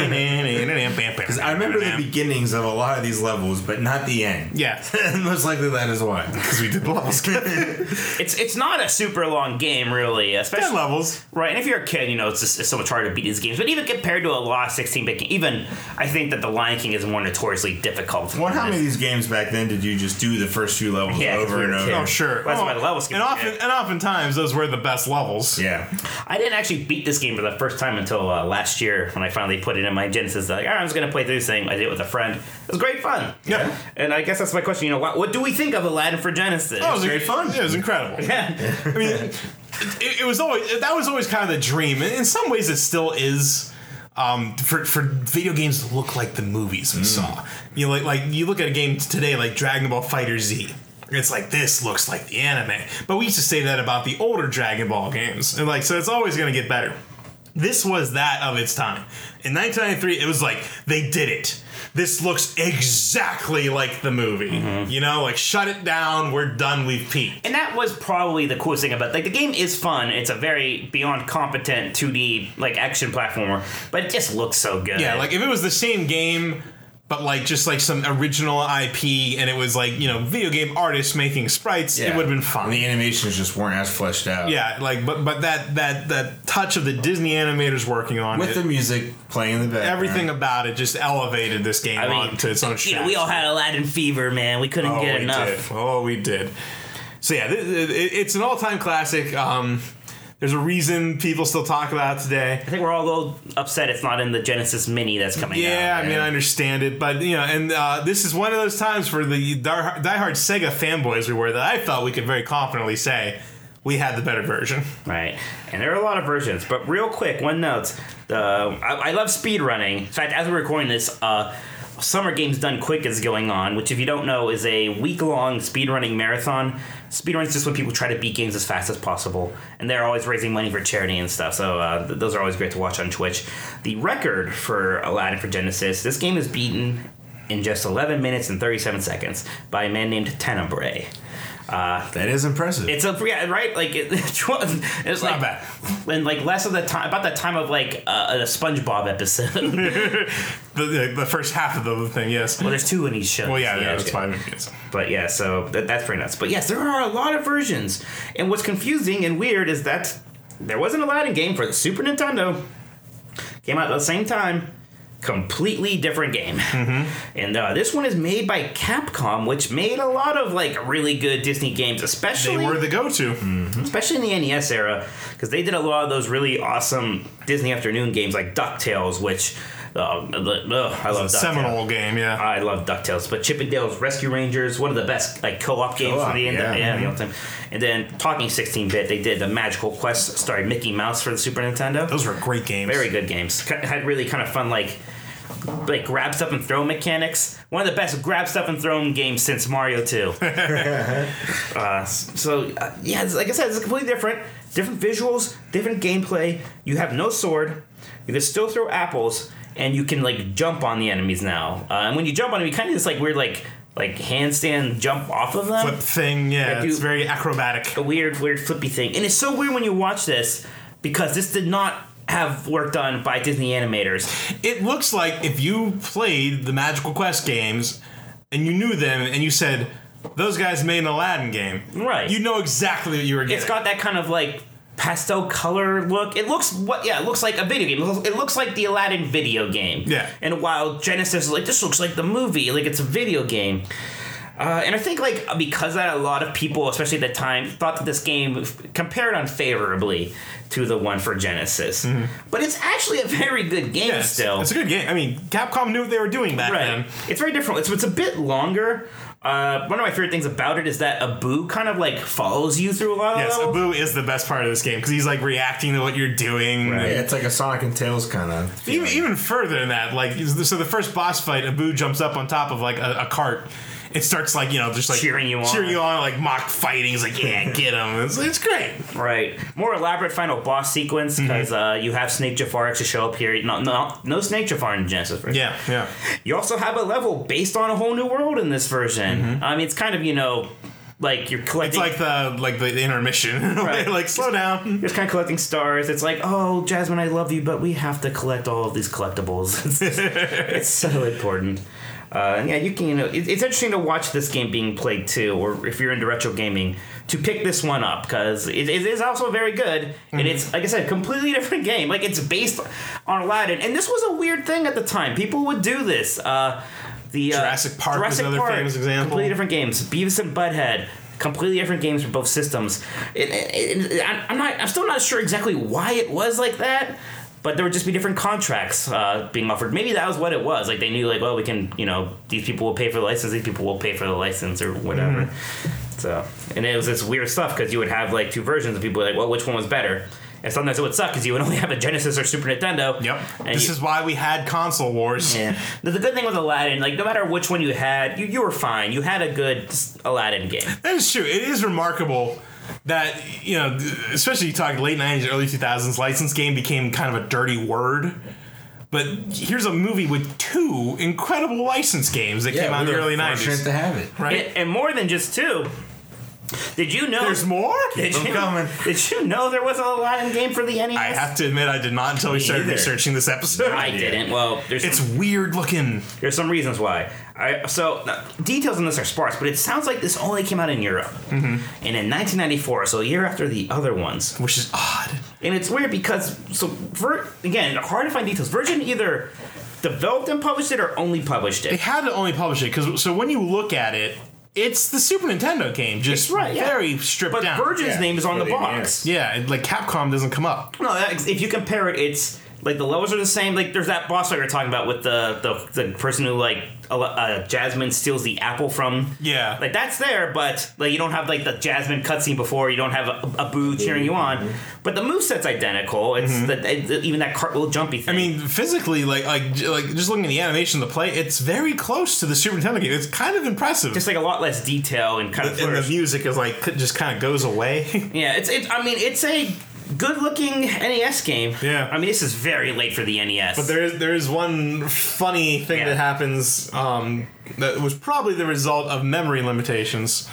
Because
I remember the beginnings of a lot of these levels, but not the end.
[LAUGHS]
[LAUGHS]
Yeah,
Most likely that is why. Because we did level skip.
[LAUGHS] It's it's not a super long game, really.
ten
Especially
levels.
right, and if you're a kid, you know it's, just, it's so much harder to beat these games. But even compared to a lot of 16-bit game, even I think that the Lion King is more notoriously difficult.
Well, how many of these games back then did you just do the first few levels
Yeah, 'cause
over
we
and
were
over?
kids.
Oh sure,
That's
oh,
why the level skip
And
is
often,
good.
and oftentimes those were the best levels.
Yeah.
I didn't actually beat this game for the first time until uh, last year when I finally put it in my Genesis. Like, all right, I'm just gonna play through this thing. I did it with a friend. It was great fun.
Yeah.
And I guess that's my question. You know, what, what do we think of Aladdin for Genesis?
Oh, it
[LAUGHS]
was great fun. It was incredible.
yeah.
I mean, it, it was always that was always kind of the dream. In in some ways, it still is. Um, for, for video games to look like the movies we saw, you know, like like you look at a game today like Dragon Ball Fighter Z, it's like this looks like the anime. But we used to say that about the older Dragon Ball games, and like so, it's always gonna get better. This was that of its time. In 1993, it was like they did it. This looks exactly like the movie. You know, like shut it down. We're done. We've peaked.
And that was probably the coolest thing about like the game is fun. It's a very beyond competent 2D like action platformer, but it just looks so good.
Yeah, like if it was the same game, but like just like some original IP, and it was like you know video game artists making sprites, it would have been fun.
And the animations just weren't as fleshed out.
yeah, like but but that that that touch of the Disney animators working on
With
it,
the music playing in the background.
everything about it just elevated this game
I mean,
onto its own.
you know, we all had Aladdin fever, man. We couldn't
oh,
get
we
enough.
Did. Oh, we did. So yeah, th- th- it- it's an all-time classic. Um, there's a reason people still talk about it today.
I think we're all a little upset it's not in the Genesis Mini that's coming out.
Yeah, I mean,
man.
I understand it, but you know, and uh, this is one of those times for the dar- diehard Sega fanboys we were that I felt we could very confidently say we had the better version.
Right. And there are a lot of versions. But real quick, one note. Uh, I, I love speedrunning. In fact, as we're recording this, uh, Summer Games Done Quick is going on, which, if you don't know, is a week long speedrunning marathon. Speedrun is just when people try to beat games as fast as possible. And they're always raising money for charity and stuff. So uh, th- those are always great to watch on Twitch. The record for Aladdin for Genesis this game is beaten in just 11 minutes and 37 seconds by a man named Tenebrae. Uh,
That is impressive.
It's a yeah, right? Like [LAUGHS] it, it's
Not
it's like,
bad.
and like less of the time about the time of like uh, a SpongeBob episode. [LAUGHS] well,
The, the, the first half of the thing, yes. Well,
there's two in each show.
yeah, yeah, that's
okay.
fine. Yes.
But yeah, so that, that's pretty nuts. But yes, there are a lot of versions, and what's confusing and weird is that there was an Aladdin game for the Super Nintendo. Came out at the same time. Completely different game,
Mm-hmm.
and uh, this one is made by Capcom, which made a lot of like really good Disney games, especially
They were the go-to.
especially in the NES era, because they did a lot of those really awesome Disney afternoon games like Ducktales, which uh, the- ugh, I love.
A Uh, seminal
DuckTales.
game, yeah.
I love Ducktales, but Chip and Dale's Rescue Rangers, one of the best like co-op games
Co-op,
from the end,
yeah.
yeah, the old time. And then talking 16-bit, they did the Magical Quest, starring Mickey Mouse for the Super Nintendo.
Those were great games.
Very good games. Ki- Had really kind of fun, like like grab stuff and throw mechanics. One of the best grab stuff and throw games since Mario Two. uh, so uh, yeah, it's- like I said, it's completely different. Different visuals, different gameplay. You have no sword. You can still throw apples, and you can like jump on the enemies now. Uh, and when you jump on them, you kind of just like weird like like handstand jump off of them
Flip thing, yeah.
Like you-
it's very acrobatic.
a weird, weird flippy thing. And it's so weird when you watch this because this did not have work done by Disney animators.
It looks like if you played the Magical Quest games and you knew them and you said, those guys made an Aladdin game.
Right.
You know exactly what you were getting.
It's got that kind of like pastel color look. It looks what yeah, it looks like a video game. It looks, it looks like the Aladdin video game.
Yeah.
And while Genesis is like this looks like the movie, like it's a video game. Uh, and I think like because of that a lot of people, especially at the time, thought that this game f- compared unfavorably to the one for Genesis. But it's actually a very good
Yeah,
game
Mm-hmm. it's-
still.
It's a good game. I mean, Capcom knew what they were doing back
right.
then.
It's very different. It's, it's a bit longer. Uh, one of my favorite things about it is that Abu kind of like follows you through a lot
Yes,
of levels.
Abu is the best part of this game because he's like reacting to what you're doing.
Yeah, it's like a Sonic and Tails kind of.
Even, even further than that, like so, the first boss fight, Abu jumps up on top of like a, a cart. It starts like you know, just like
Cheering you on.
cheering you on, like mock fighting. He's like, yeah, get him. It's, it's great.
Right. More elaborate final boss sequence
Mm-hmm.
because uh, you have Snake Jafar actually show up here. No, no, no Snake Jafar in Genesis version.
Yeah, yeah.
You also have a level based on a whole new world in this version. I mean, it's kind of you know, like you're
Mm-hmm. It's
collecting.
like the like the, the intermission. [LAUGHS]
Right.
like slow down.
you're just kind of collecting stars. It's like, oh, Jasmine, I love you, but we have to collect all of these collectibles. [LAUGHS] It's, just- it's so important. Uh, and yeah, you can. You know, it, it's interesting to watch this game being played too, or if you're into retro gaming, to pick this one up because it, it is also very good, and
Mm-hmm.
it's like I said, completely [LAUGHS] different game. Like it's based on Aladdin, and this was a weird thing at the time. People would do this. Uh, the uh,
Jurassic Park was another famous example.
Completely different games. Beavis and Butthead, completely different games for both systems. It, it, it- I- I'm not. I'm still not sure exactly why it was like that. But there would just be different contracts uh, being offered. Maybe that was what it was. Like they knew, like, well, we can, you know, these people will pay for the license, these people will pay for the license, or whatever.
Mm-hmm.
So, and it was this weird stuff because you would have like two versions, and people were like, well, which one was better? And sometimes it would suck because you would only have a Genesis or Super Nintendo. And
this
you-
is why we had console wars.
yeah. The, the good thing with Aladdin, like no matter which one you had, you, you were fine. You had a good s- Aladdin game.
That is true. It is remarkable that you know, especially you talk late '90s, early 2000s. License game became kind of a dirty word. But here's a movie with two incredible license games that came out in the early
fortunate
'90s.
to have it.
right?
And, and more than just two. Did you know
There's more.
[LAUGHS] Did
I'm
you,
coming.
Did you know there was an Aladdin game for the NES?
I have to admit, I did not until we started
either.
researching this episode.
I didn't. Well, there's
It's
some,
weird looking.
there's some reasons why. I, so uh, details on this are sparse, but it sounds like this only came out in Europe,
Mm-hmm.
and in 1994, so a year after the other ones.
which is odd.
And it's weird because so Vir- again, hard to find details. Virgin either developed and published it or only published
They
it.
had to only publish it because so when you look at it, it's the Super Nintendo game, just
It's right, yeah.
very stripped
But
down.
Virgin's
Yeah,
name is on the
for the
box.
yeah, it- like Capcom doesn't come up.
No, that- if you compare it, it's like the levels are the same. Like there's that boss fight we are talking about with the the, the person who like uh, uh, Jasmine steals the apple from.
Yeah.
like that's there, but like you don't have like the Jasmine cutscene before. You don't have a, a boo cheering you on, but the moveset's identical. It's the, it- even that cartwheel jumpy thing.
Mm-hmm. I mean, physically, like like j- like just looking at the animation of the play, it's very close to the Super Nintendo game. It's kind of impressive.
just like a lot less detail and kind of
and the
flourish.
music is like c- just kind of goes away. [LAUGHS]
Yeah, it's it. I mean, it's a good looking NES game.
Yeah.
I mean, this is very late for the E NES.
But there is there is one funny thing
Yeah.
that happens um, that was probably the result of memory limitations.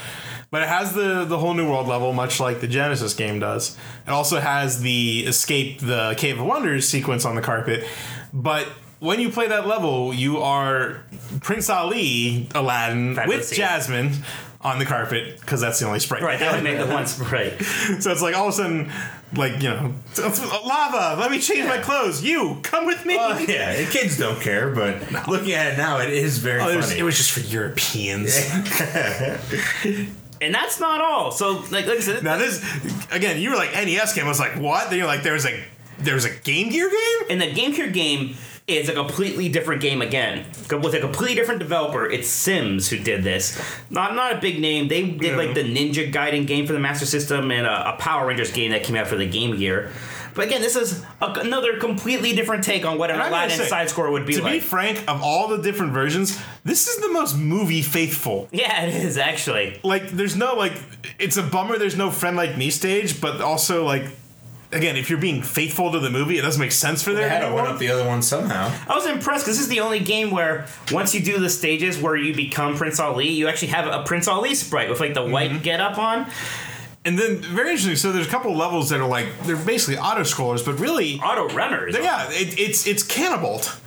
But it has the the whole new world level, much like the Genesis game does. It also has the escape the Cave of Wonders sequence on the carpet. But when you play that level, you are Prince Ali, Aladdin,
Fabulous.
with Jasmine on the carpet because that's the only sprite.
right, that would make the one right.
[LAUGHS] So it's like all of a sudden, like you know, lava. Let me change my clothes. You come with me.
Uh,
Well, yeah, the kids don't care, but looking at it now, it is very
Oh, it,
funny.
was, it was just for Europeans. [LAUGHS]
And that's not all. So, like, like I said,
now this again, you were like NES game. I was like, what? Then you're like, there was a there was a Game Gear game.
and the GameCube game is a completely different game again co- with a completely different developer. It's Sims who did this. Not not a big name. They did like the Ninja Gaiden game for the Master System and a, a Power Rangers game that came out for the Game Gear. But again, this is a, another completely different take on what an
And I gotta
Aladdin
say,
side score would be
To
like.
be frank, of all the different versions, this is the most movie faithful.
yeah, it is actually.
Like, there's no like, it's a bummer. There's no friend like me stage, but also like. Again, if you're being faithful to the movie, it doesn't make sense for
they
there.
had to one up the other one somehow.
I was impressed because this is the only game where once you do the stages where you become Prince Ali, you actually have a Prince Ali sprite with like the
Mm-hmm.
white get up on.
and then, very interesting. So there's a couple levels that are like they're basically auto scrollers, but really
Auto runners.
But yeah, it, it's it's Cannibalt.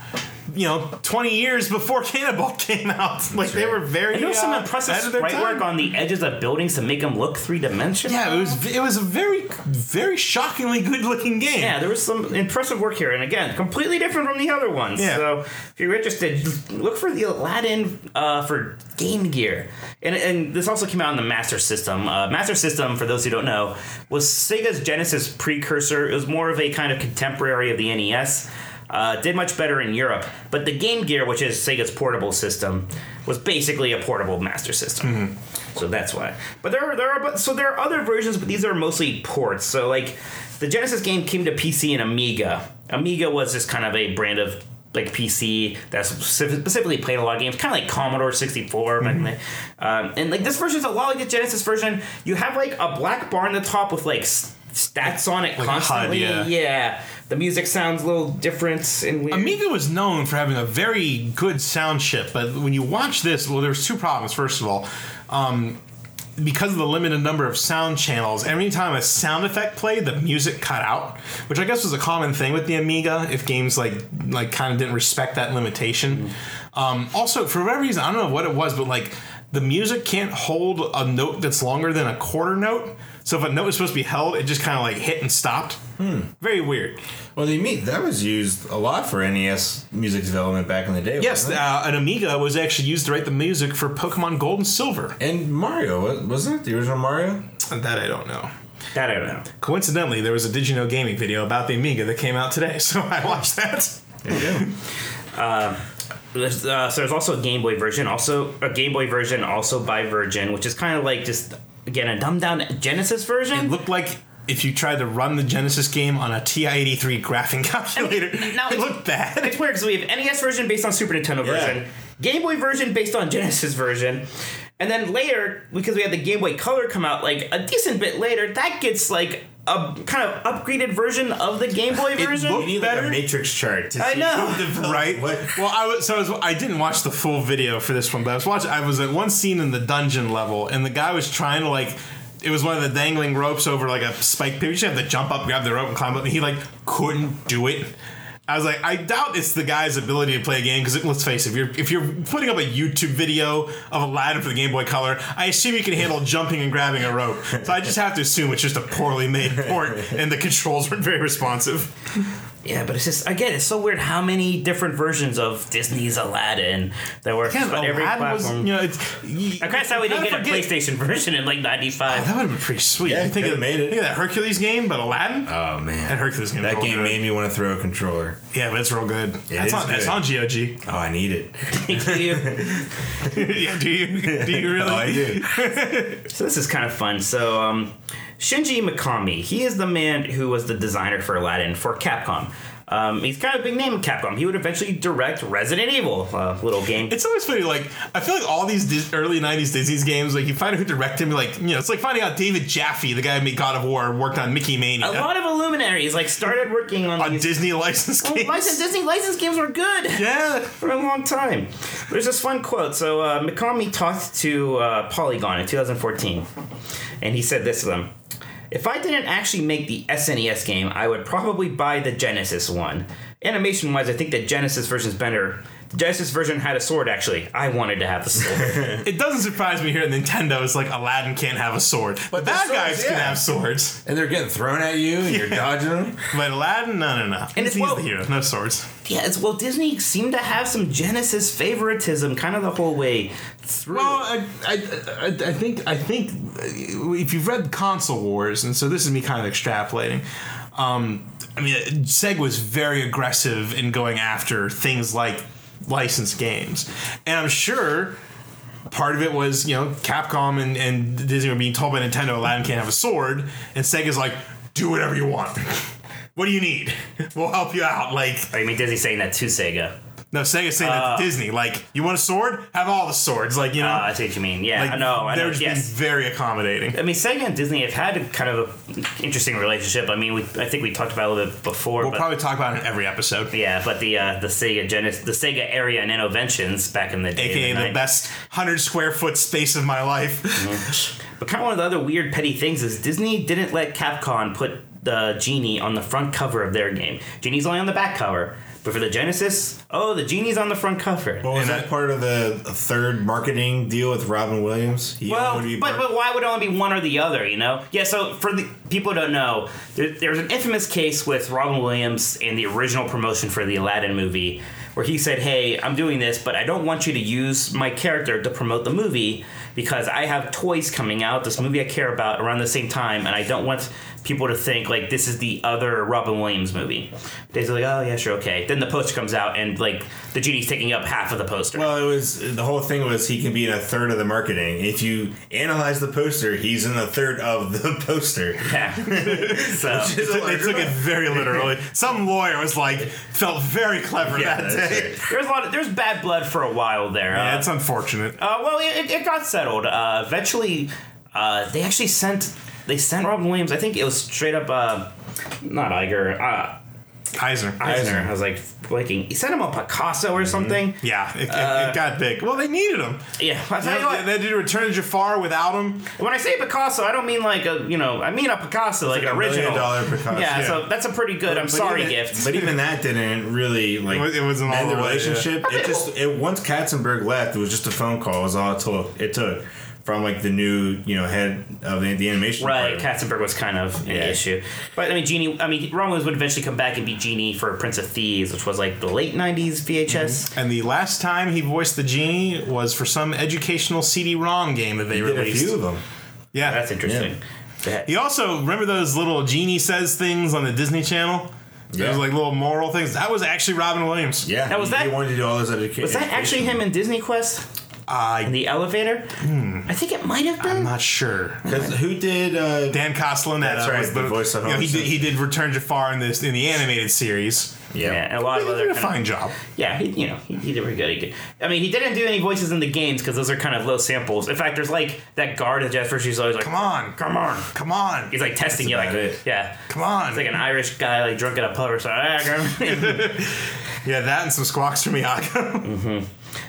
You know, twenty years before Cannibalt [LAUGHS] came out, like they were very.
And there was some
uh,
impressive
ahead of their
sprite
time.
work on the edges of buildings to make them look three dimensional.
Yeah, it was it was a very very shockingly good looking game.
Yeah, there was some impressive work here, and again, completely different from the other ones.
Yeah.
So, if you're interested, look for the Aladdin uh, for Game Gear, and and this also came out on the Master System. Uh, Master System, for those who don't know, was Sega's Genesis precursor. It was more of a kind of contemporary of the E NES. Uh, did much better in Europe, but the Game Gear, which is Sega's portable system, was basically a portable Master System. So that's why. But there are there are but so there are other versions, but these are mostly ports. So like the Genesis game came to PC and Amiga. Amiga was just kind of a brand of like PC that specif- specifically played a lot of games, kind of like Commodore 64
Mm-hmm.
back in the- um, and like this version is a lot like the Genesis version. You have like a black bar in the top with like s- stats on it
Like a HUD,
constantly.
yeah.
yeah, the music sounds a little different and weird.
Amiga was known for having a very good sound chip, but when you watch this, well, there's two problems. First of all, um, because of the limited number of sound channels, every time a sound effect played, the music cut out, which I guess was a common thing with the Amiga. If games like like kind of didn't respect that limitation. Um, also, for whatever reason, I don't know what it was, but like the music can't hold a note that's longer than a quarter note. So if a note was supposed to be held, it just kind of like hit and stopped. Very weird.
Well, they mean that was used a lot for NES music development back in the day.
Yes,
wasn't it?
uh, an Amiga was actually used to write the music for Pokemon Gold and Silver.
and Mario wa- wasn't it the original [LAUGHS] Mario?
That I don't know.
that I don't know.
Coincidentally, there was a Did You Know Gaming video about the Amiga that came out today, [LAUGHS] so I watched that.
There you go.
There's, uh, so there's also a Game Boy version, also a Game Boy version, also by Virgin, which is kind of like just again a dumbed down Genesis
It
version.
looked like if you tried to run the Genesis game on a TI-83 graphing [LAUGHS] calculator,
now
it
it's-
looked bad.
It's weird because we have NES version based on Super Nintendo version, Game Boy version based on Genesis version, and then later because we had the Game Boy Color come out like a decent bit later, that gets like a kind of upgraded version of the
[LAUGHS]
Game Boy version.
You need like a matrix chart. To
I
see
know. [LAUGHS]
who developed
Right.
What?
Well, I was so I, was, I didn't watch the full video for this one, but I was watching. I was at one scene in the dungeon level, and the guy was trying to like. It was one of the dangling ropes over like a spike pit. You should have to jump up, grab the rope, and climb up. And he like couldn't do it. I was like, I doubt it's the guy's ability to play a game because let's face it, if you're if you're putting up a YouTube video of a ladder for the Game Boy Color, I assume you can handle jumping and grabbing a rope. So I just have to assume it's just a poorly made port, and the controls weren't very responsive.
Yeah, but it's just again, it's so weird how many different versions of Disney's Aladdin there were on every
Aladdin was,
platform.
you know, it's,
I guess that we didn't
Gotta
get a
forget-
PlayStation version in like '95.
That would have been pretty sweet.
Yeah,
I think
could've
of,
made it.
Think of that Hercules game, but Aladdin.
Oh man,
That Hercules game
That
was real
game
good.
made me want to throw a controller.
yeah, but it's real good. that's
is
on that's
good.
on GOG.
Oh, I need [LAUGHS] it.
[LAUGHS] yeah, do
[LAUGHS]
you do you really?
Oh, I do.
[LAUGHS] so this is kind of fun. So um, Shinji Mikami, he is the man who was the designer for Aladdin for Capcom. Um, he's kind of a big name in Capcom. He would eventually direct Resident Evil, uh, little game.
It's always funny. Like I feel like all these Dis- early '90s Disney's games, like you find out who directed them. Like you know, it's like finding out David Jaffe, the guy who made God of War, worked on Mickey Mania.
a lot of illuminaries like started working on,
on
these.
Disney licensed
Well,
games.
license, Disney license games were
[LAUGHS]
good.
yeah.
for a long time. There's this fun quote. So uh, Mikami talked to uh, Polygon in 2014, and he said this to them. If I didn't actually make the SNES game, I would probably buy the Genesis one. Animation wise, I think the Genesis version's better. The Genesis version had a sword, actually. I wanted to have the sword.
It doesn't surprise me here at Nintendo. It's like Aladdin can't have a sword, but
the
bad
swords,
guys can
yeah.
have swords.
and they're getting thrown at you, and you're dodging them.
But Aladdin, no, no, no.
And it's
he's
well-
the hero. No swords.
yeah, it's, well, Disney seemed to have some Genesis favoritism kind of the whole way through.
Well, I, I, I, I think I think uh, if you've read Console Wars, and so this is me kind of extrapolating. Um, I mean, Seg was very aggressive in going after things like licensed games, and I'm sure part of it was you know Capcom and, and Disney were being told by Nintendo Aladdin can't have a sword, and Sega's like, do whatever you want. [LAUGHS] What do you need? We'll help you out. Like
I mean, Disney saying that to Sega.
no, Sega's saying that to Disney. Like you want a sword? Have all the swords. Like you know.
Uh, I see what you mean. Yeah,
Like,
I know. I
they're
know.
just
yes.
being very accommodating.
I mean, Sega and Disney have had kind of an interesting relationship. I mean, we, I think we talked about it a little bit before.
We'll
but,
probably talk about it in every episode,
yeah, but the uh, the Sega Genesis, the Sega area and innovations back in the day,
aka
in
the
90s.
best hundred square foot space of my
[LAUGHS]
life.
But kind of one of the other weird petty things is Disney didn't let Capcom put the genie on the front cover of their game. Genie's only on the back cover, but for the Genesis, oh, the genie's on the front cover.
Well, was
And
that
I-
part of the third marketing deal with Robin Williams? He
Well,
wanted to be
but,
part-
but why would it only be one or the other, you know? Yeah, so for the people who don't know, there, there was an infamous case with Robin Williams in the original promotion for the Aladdin movie where he said, Hey, I'm doing this, but I don't want you to use my character to promote the movie because I have toys coming out, this movie I care about around the same time, and I don't want people to think like this is the other Robin Williams movie. They're like, oh yeah, sure, okay. Then the poster comes out and like the genie's taking up half of the poster.
Well, it was the whole thing was he can be in a third of the marketing. If you analyze the poster, he's in a third of the [LAUGHS] poster.
yeah. [LAUGHS] [LAUGHS] so
They took- they took it very
[LAUGHS]
literally. Some lawyer was like, felt very clever
Yeah,
that
that's
day.
right.
there's a lot. Of, there's bad blood for a while there.
Yeah,
Uh,
it's unfortunate.
Uh, well, it, it got settled. Uh, eventually, uh, they actually sent they sent Robin Williams. I think it was straight up, uh, not Iger, uh,
Eisner.
Eisner. I was like blinking. He sent him a Picasso
Mm-hmm.
or something.
Yeah, it, it, it got big. Well, they needed him.
Yeah, Uh, I tell you
They,
what.
they did Return to Jafar without him.
when I say Picasso, I don't mean like a you know. I mean a Picasso, like,
A
an
million
original.
dollar Picasso.
yeah, so that's a pretty good. I'm
But
sorry
even-
gift.
But even that didn't really like
It was- it wasn't all
mend the
related, yeah.
relationship. It just it once Katzenberg left, it was just a phone call. Is all it took. It took from like the new you know head of the, the animation.
Right,
department.
Katzenberg was kind of an
Yeah.
issue, but I mean, Genie. I mean, Ron Williams would eventually come back and be Genie for Prince of Thieves, which was like the late '90s VHS.
Mm-hmm.
And the last time he voiced the genie was for some educational CD-ROM game that they
He did a
released.
few of them.
Yeah,
That's interesting. Yeah.
He also remember those little genie says things on the Disney Channel.
Yeah.
Those like little moral things. That was actually Robin Williams.
Yeah,
Now, was
he, he
that-
wanted to do all those education.
Was that actually him in Disney Quest? in
I Hmm.
the elevator? I think it might have
I'm
been.
not sure.
Because who did? Uh,
Dan Coslin. That
That's
uh,
right,
was
the voice of
you know, he
Homer
did, he did Return Jafar in this in the animated series.
Yeah, and a lot
He
of
did
other.
a
kind of-
fine job.
yeah, he, you know, he, he did pretty good. He did. I mean, he didn't do any voices in the games because those are kind of low samples. In fact, there's like that guard at Jasper. She's always like,
Come on,
come on."
come on,
He's like testing you, like,
about it.
yeah.
come on.
It's like an Irish guy, like drunk at a pub
[LAUGHS]
or something. [LAUGHS]
Yeah, that and some squawks from Iago.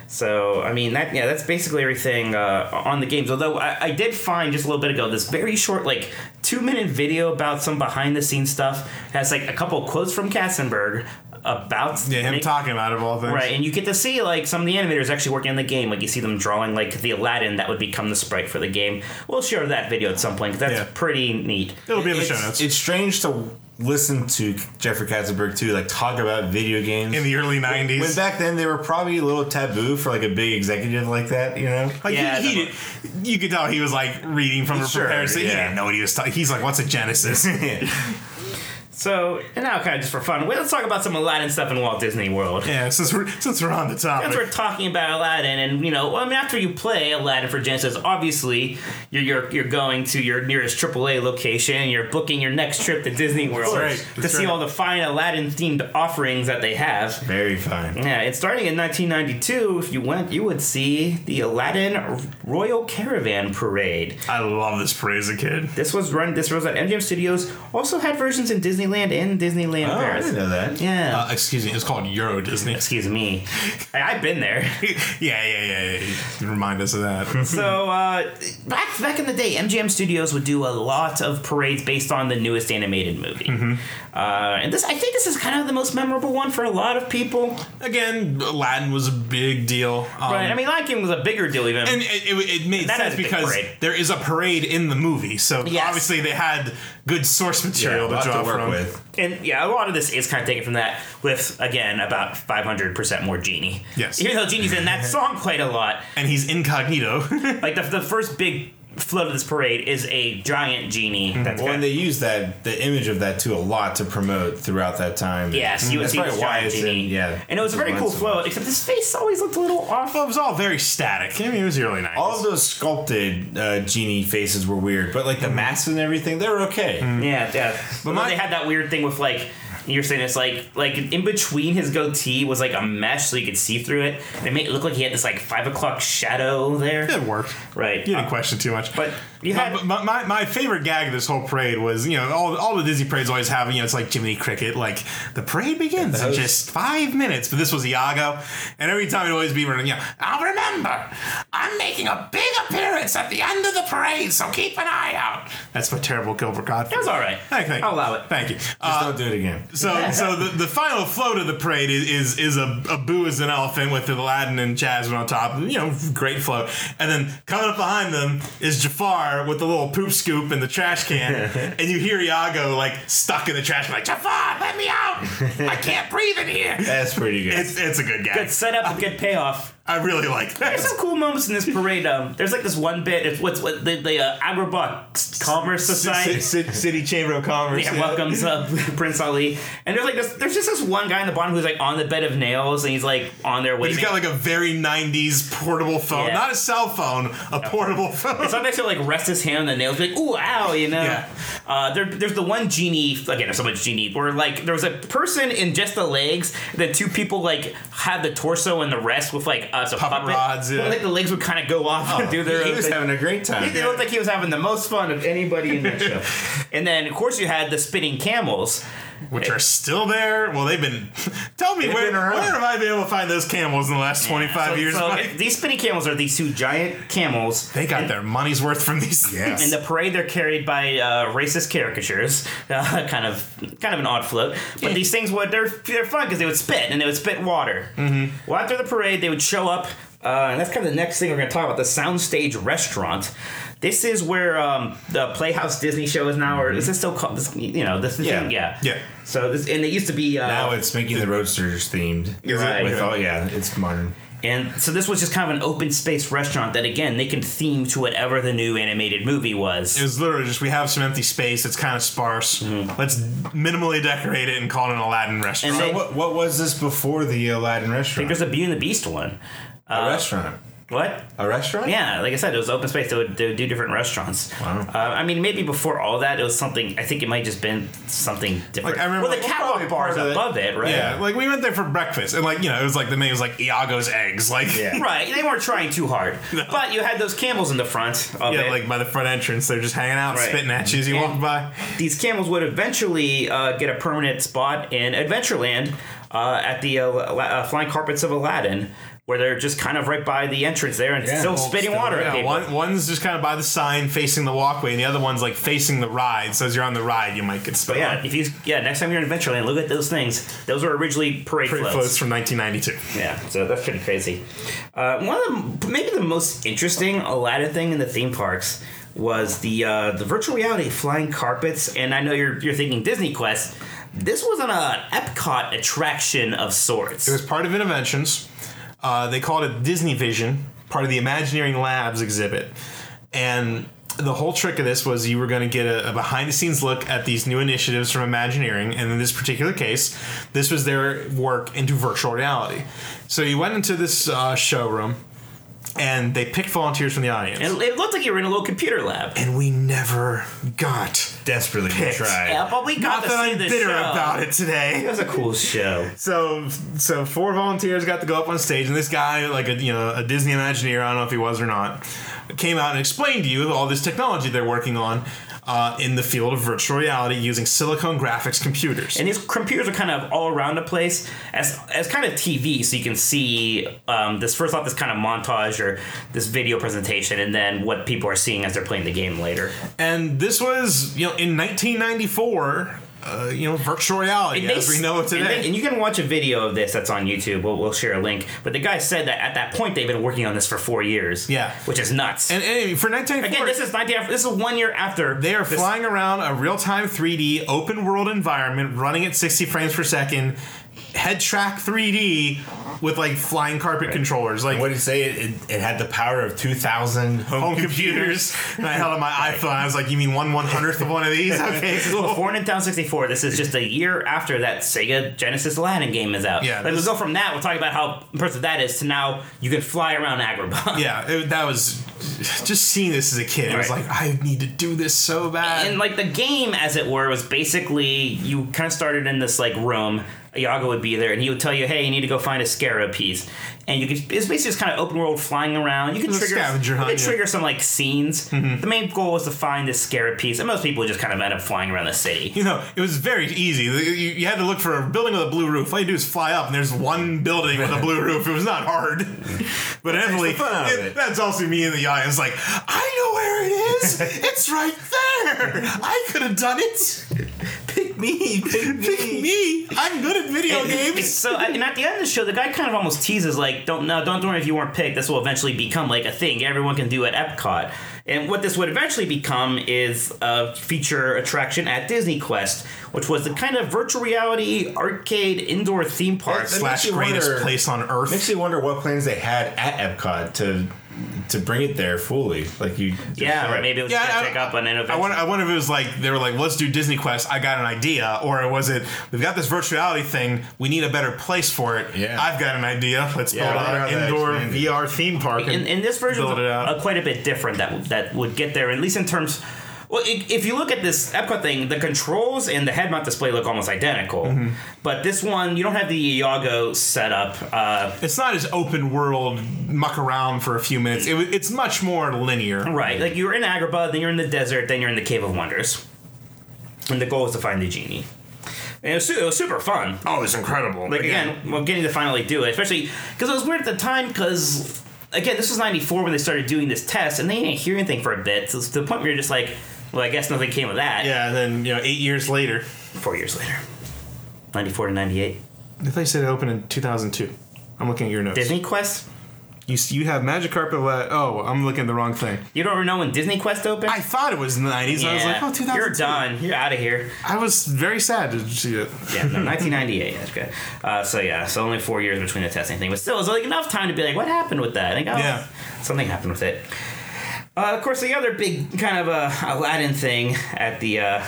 so, I mean, that yeah, that's basically everything uh, on the games. Although I, I did find just a little bit ago this very short, like two minute video about some behind the scenes stuff. It has like a couple quotes from Katzenberg about
yeah, him
Nick-
talking about it of all things.
Right, and you get to see like some of the animators actually working on the game. Like you see them drawing like the Aladdin that would become the sprite for the game. We'll share that video at some point. 'cause That's
Yeah.
pretty neat.
It'll be in the show
it's-
notes.
It's strange to listen to Jeffrey Katzenberg too, like talk about video games
in the early '90s.
When back then they were probably a little taboo for like a big executive like that, you know.
Like
Yeah,
he, he did, you could tell he was like reading from a
Sure,
prepared. so He
yeah.
didn't know what he was talking. He's like, "What's a Genesis?"
So and now, kind of just for fun, well, let's talk about some Aladdin stuff in Walt Disney World.
yeah, since we're since we're on the
Since we're
topic,
talking about Aladdin, and you know, well, I mean, after you play Aladdin for Genesis, obviously you're you're, you're going to your nearest AAA location, and you're booking your next trip to Disney World
right,
to
that's
see
right.
all the fine Aladdin themed offerings that they have.
Very fine.
Yeah, and starting in 1992, if you went, you would see the Aladdin Royal Caravan Parade.
I love this praise a kid.
This was run. This was at MGM Studios. Also had versions in Disneyland and Disneyland
Oh, I
Paris.
didn't know that.
Yeah.
Uh, excuse me, it's called Euro Disney.
Excuse me. I, I've been there.
yeah, [LAUGHS] yeah, yeah, yeah, yeah. Remind us of [LAUGHS] that.
so uh, back back in the day, MGM Studios would do a lot of parades based on the newest animated movie.
Mm-hmm.
Uh, and this, I think, this is kind of the most memorable one for a lot of people.
Again, Aladdin was a big deal. Um,
right. I mean, Lion King was a bigger deal even.
and it, it, it made
That
sense
is a big
because
parade.
there is a parade in the movie, so
Yes.
obviously they had good source
Yeah,
material
lot
to draw
to work
from.
with.
And yeah, a lot of this is kind of taken from that, with again about five hundred percent more genie.
Yes.
even though genie's in
[LAUGHS]
that song quite a lot.
And he's incognito. [LAUGHS]
Like the, the first big float of this parade is a giant genie. That's
Well,
got,
and they used that the image of that too a lot to promote throughout that time.
yes, you would
Mm-hmm. That's
see
probably
this
why
giant
it's in-
genie.
yeah,
and it was a very cool
reminds them.
float, except his face always looked a little off.
well, it was all very static. I mean, it was the early 90s.
All of those sculpted uh, genie faces were weird, but like
Mm.
the masks and everything, they were okay.
Yeah, yeah. But
my-
they had that weird thing with like. You're saying it's like like in between his goatee was like a mesh so you could see through it. They made it look like he had this like five o'clock shadow there.
It worked.
Right.
You didn't question too much.
But you
My-
had
my, my, my favorite gag of this whole parade was, you know, all, all the Disney parades always have, you know, it's like Jiminy Cricket, like the parade begins in
Those-
just five minutes. But this was Iago, and every time it'd always be, you know, I'll remember, I'm making a big appearance at the end of the parade, so keep an eye out. That's my terrible Gilbert Godfrey.
That was all right.
Thank, thank you.
I'll allow it.
Thank you.
Just
Uh,
don't do it again.
so, so the, the final float of the parade is is, is a, a boo as an elephant with Aladdin and Jasmine on top. You know, great float. And then coming up behind them is Jafar with the little poop scoop and the trash can. [LAUGHS] and you hear Iago like stuck in the trash, can, like Jafar, let me out! I can't breathe in here. [LAUGHS]
That's pretty good.
It's it's a good gag.
good setup, good payoff.
I really like
There's
that.
some cool moments in this parade. Um, there's like this one bit. It's what's what the, the uh, Agrabah Commerce Society.
Ci- ci- City Chamber of Commerce.
Yeah, [LAUGHS] welcomes up Prince Ali, and there's like this, there's just this one guy in the bottom who's like on the bed of nails, and he's like on there waiting.
He's got like a very 90s portable phone.
Yeah.
Not a cell phone, a portable phone.
Sometimes he'll like rest his hand on the nails, be like ooh ow, you know.
Yeah.
Uh, there, there's the one genie again. There's so much genie. Where like there was a person in just the legs, then two people like had the torso and the rest with like uh, some
Puppet
puppet
rods, yeah.
But, like the legs would kind of go off and do their
Oh, He
own
was
thing.
having a great
He-
time.
It looked like he was having the most fun of anybody in that
[LAUGHS]
show. And then, of course, you had the spinning camels.
Which are still there. Well, they've been. [LAUGHS] Tell me, where,
been around.
where have I been able to find those camels in the last 25
So-
years?
so
Mike?
these spinning camels are these two giant camels.
They got their money's worth from these
[LAUGHS] Yeah.
things.
In the parade, they're carried by uh, racist caricatures, [LAUGHS] uh, kind of, kind of an odd float. But these things would they're they're fun because they would spit and they would spit water. Mm-hmm. Well, after the parade, they would show up, uh, and that's kind of the next thing we're going to talk about: the soundstage restaurant. This is where um, the Playhouse Disney show is now, or is this still called? This, you know, this is
Yeah.
Mm-hmm. yeah,
Yeah.
So this, and it used to be uh,
Now Oh, it's making the roadsters themed.
You're right.
With all, Oh, yeah, it's modern.
And so this was just kind of an open space restaurant that again they could theme to whatever the new animated movie was.
It was literally just we have some empty space. It's kind of sparse. Let's minimally decorate it and call it an Aladdin restaurant.
Mm-hmm. And
So
they-
what, what was this before the Aladdin restaurant?
There's a Beauty and the Beast one.
a restaurant.
What?
A restaurant?
Yeah, like I said, it was open space. They would, they would do different restaurants.
Wow.
Uh, I mean, maybe before all that, it was something. I think it might just been something different.
Like, I remember-
well, the
well,
catwalk
probably
bar is
part of it.
above it, right?
yeah, like we went there for breakfast, and like you know, it was like the name was like Iago's eggs, like [LAUGHS]
Yeah.
Right, they weren't trying too hard, but you had those camels in the front. Of
yeah,
it.
like by the front entrance, they're just hanging out,
Right.
spitting at you as you walk
And-
by.
these camels would eventually uh, get a permanent spot in Adventureland uh, at the uh, La- uh, Flying Carpets of Aladdin, where they're just kind of right by the entrance there and
Yeah,
still
well,
spitting
still,
water at
Oh, Yeah,
people.
one, one's just kind of by the sign facing the walkway, and the other one's like facing the ride. So as you're on the ride, you might get spit.
But yeah,
on.
if you yeah, next time you're in Adventureland, look at those things. Those were originally parade,
Pretty
floats.
close from 1992.
Yeah, so that's pretty crazy. Uh, one of the maybe the most interesting Aladdin thing in the theme parks was the uh, the virtual reality flying carpets, and I know you're you're thinking Disney Quest. This was an uh, Epcot attraction of sorts.
It was part of Interventions. Uh, they called it Disney Vision, part of the Imagineering Labs exhibit. And the whole trick of this was you were going to get a, a behind the scenes look at these new initiatives from Imagineering. And in this particular case, this was their work into virtual reality. So you went into this uh, showroom and they picked volunteers from the audience.
And it looked like you were in a little computer lab.
and we never got.
Desperately
Picked.
tried.
Yeah, but we got
Not
to
that
see
I'm
the
bitter
show.
about it today.
It was a cool show.
So, so four volunteers got to go up on stage, and this guy, like a you know a Disney Imagineer, I don't know if he was or not, came out and explained to you all this technology they're working on uh, in the field of virtual reality using silicone graphics computers.
And these computers are kind of all around the place as as kind of TV, so you can see um, this first off this kind of montage or this video presentation, and then what people are seeing as they're playing the game later.
And this was you know in 1994. Uh, you know, virtual reality as
they-
we know it
And,
today.
they- and you can watch a video of this that's on YouTube. We'll, we'll share a link. But the guy said that at that point they've been working on this for four years.
Yeah.
which is nuts.
and, and for 1994,
Again, this is not the, this is one year after
They are
this-
flying around a real time 3D open world environment, running at 60 frames per second, head track 3D with like flying carpet controllers, like
What did you say? It, it, it had the power of 2,000 home,
home
computers. [LAUGHS]
computers. and I held up my iPhone. I was like, "You mean one one hundredth of one of
[LAUGHS]
these?"
[LAUGHS]
Okay, cool.
Born in Town 64, this is just a year after that Sega Genesis Aladdin game is out.
Yeah,
Like, we'll
this-
go from that, we'll talk about how impressive that is, to now you can fly around Agrabah.
[LAUGHS] Yeah, it, that was just seeing this as a kid. I was
Right.
like, "I need to do this so bad."
And, like, the game, as it were, was basically you kind of started in this, like, room. Iago would be there, and he would tell you, hey, you need to go find a scarab piece. And you could, it's basically just kind of open world flying around. You could
It's a
trigger,
scavenger
you
hunt,
could
yeah. Mm-hmm.
trigger some, like, scenes. The main goal was to find this scarab piece, and most people would just kind of end up flying around the city.
you know, it was very easy. You, you had to look for a building with a blue roof. All you do is fly up, and there's one building with a blue roof. It was not
[LAUGHS]
hard. But Emily,
the fun out of
it-
it.
that's also me in the eye. It's like,
[LAUGHS]
I know where it is. it's right there. I could have done it. Big
me, pick me.
Pick me. I'm good at video games.
So I- and at the end of the show, the guy kind of almost teases like, "Don't no, don't worry if you weren't picked. This will eventually become like a thing everyone can do at Epcot." And what this would eventually become is a feature attraction at Disney Quest, which was the kind of virtual reality arcade indoor theme park.
That
Slash
makes you
greatest
wonder-
place on earth.
Makes you wonder what plans they had at Epcot to to bring it there fully. Like you, just
Yeah,
said.
or maybe it was
Yeah,
yeah,
I-
check up on innovation.
I wonder, I wonder if it was like they were like, let's do Disney Quest. I got an idea, or was it we've got this virtuality thing? We need a better place for it.
Yeah.
I've got an idea. Let's
Yeah, I wonder
build
how
an
that
indoor
expanded.
VR theme park.
in,
And,
in this version,
build it out.
uh, quite a bit different that that would get there, at least in terms. Well, i- if you look at this Epcot thing, the controls and the head mount display look almost identical,
Mm-hmm.
but this one you don't have the Iago setup. Uh,
it's not as open world muck around for a few minutes. It, wa- it's much more linear.
right, like you're in Agrabah, then you're in the desert, then you're in the Cave of Wonders, and the goal is to find the genie. And it was, su- it was super fun.
Oh, it's incredible.
Like again, well, getting to finally do it, especially because it was weird at the time. Because again, this was '94 when they started doing this test, and they didn't hear anything for a bit. So to the point where you're just like, well, I guess nothing came of that.
yeah. And then you know, eight years later,
Four years later, '94 to '98,
the place said it opened in 2002. I'm looking at your notes.
Disney Quest.
You s- you have Magic Carpet. La- oh, I'm looking at the wrong thing.
You don't know when Disney Quest opened?
I thought it was 90s. I was like, oh, 2002.
You're done. You're out of here.
I was very sad to see it. [LAUGHS]
Yeah, no, 1998. That's good. Uh, so yeah, so only four years between the testing thing, but still, it's like enough time to be like, what happened with that? Like, oh,
Yeah.
something happened with it. Uh, of course, the other big kind of uh, Aladdin thing at the uh,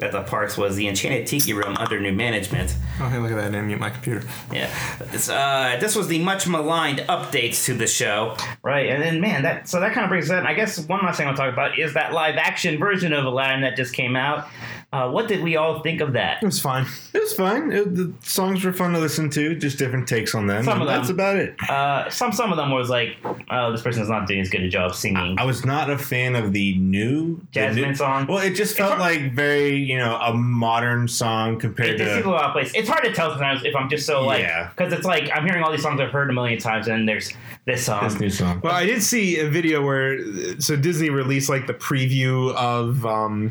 at the parks was the Enchanted Tiki Room under new management.
Oh, hey, look at that. I didn't mute my computer.
Yeah, It's, uh, this was the much maligned updates to the show, right? And then, man, that so that kind of brings that. I guess one last thing I'll talk about is that live action version of Aladdin that just came out. Uh, what did we all think of
[LAUGHS]
that?
It was fine.
It was fun. It, the songs were fun to listen to, just different takes on them.
Some of
and
them.
That's about it.
Uh, some some of them was like, oh, this person's not doing as good a job singing.
I was not a fan of the new the
Jasmine
new-
song?
Uh, Well, it just felt
hard-
like very you know a modern song compared
It just seems a
to.
lot of place. It's hard to tell sometimes if I'm just so like,
Yeah.
because it's like I'm hearing all these songs I've heard a million times, and there's this song.
This new song.
Well, I did see a video where so Disney released like the preview of um,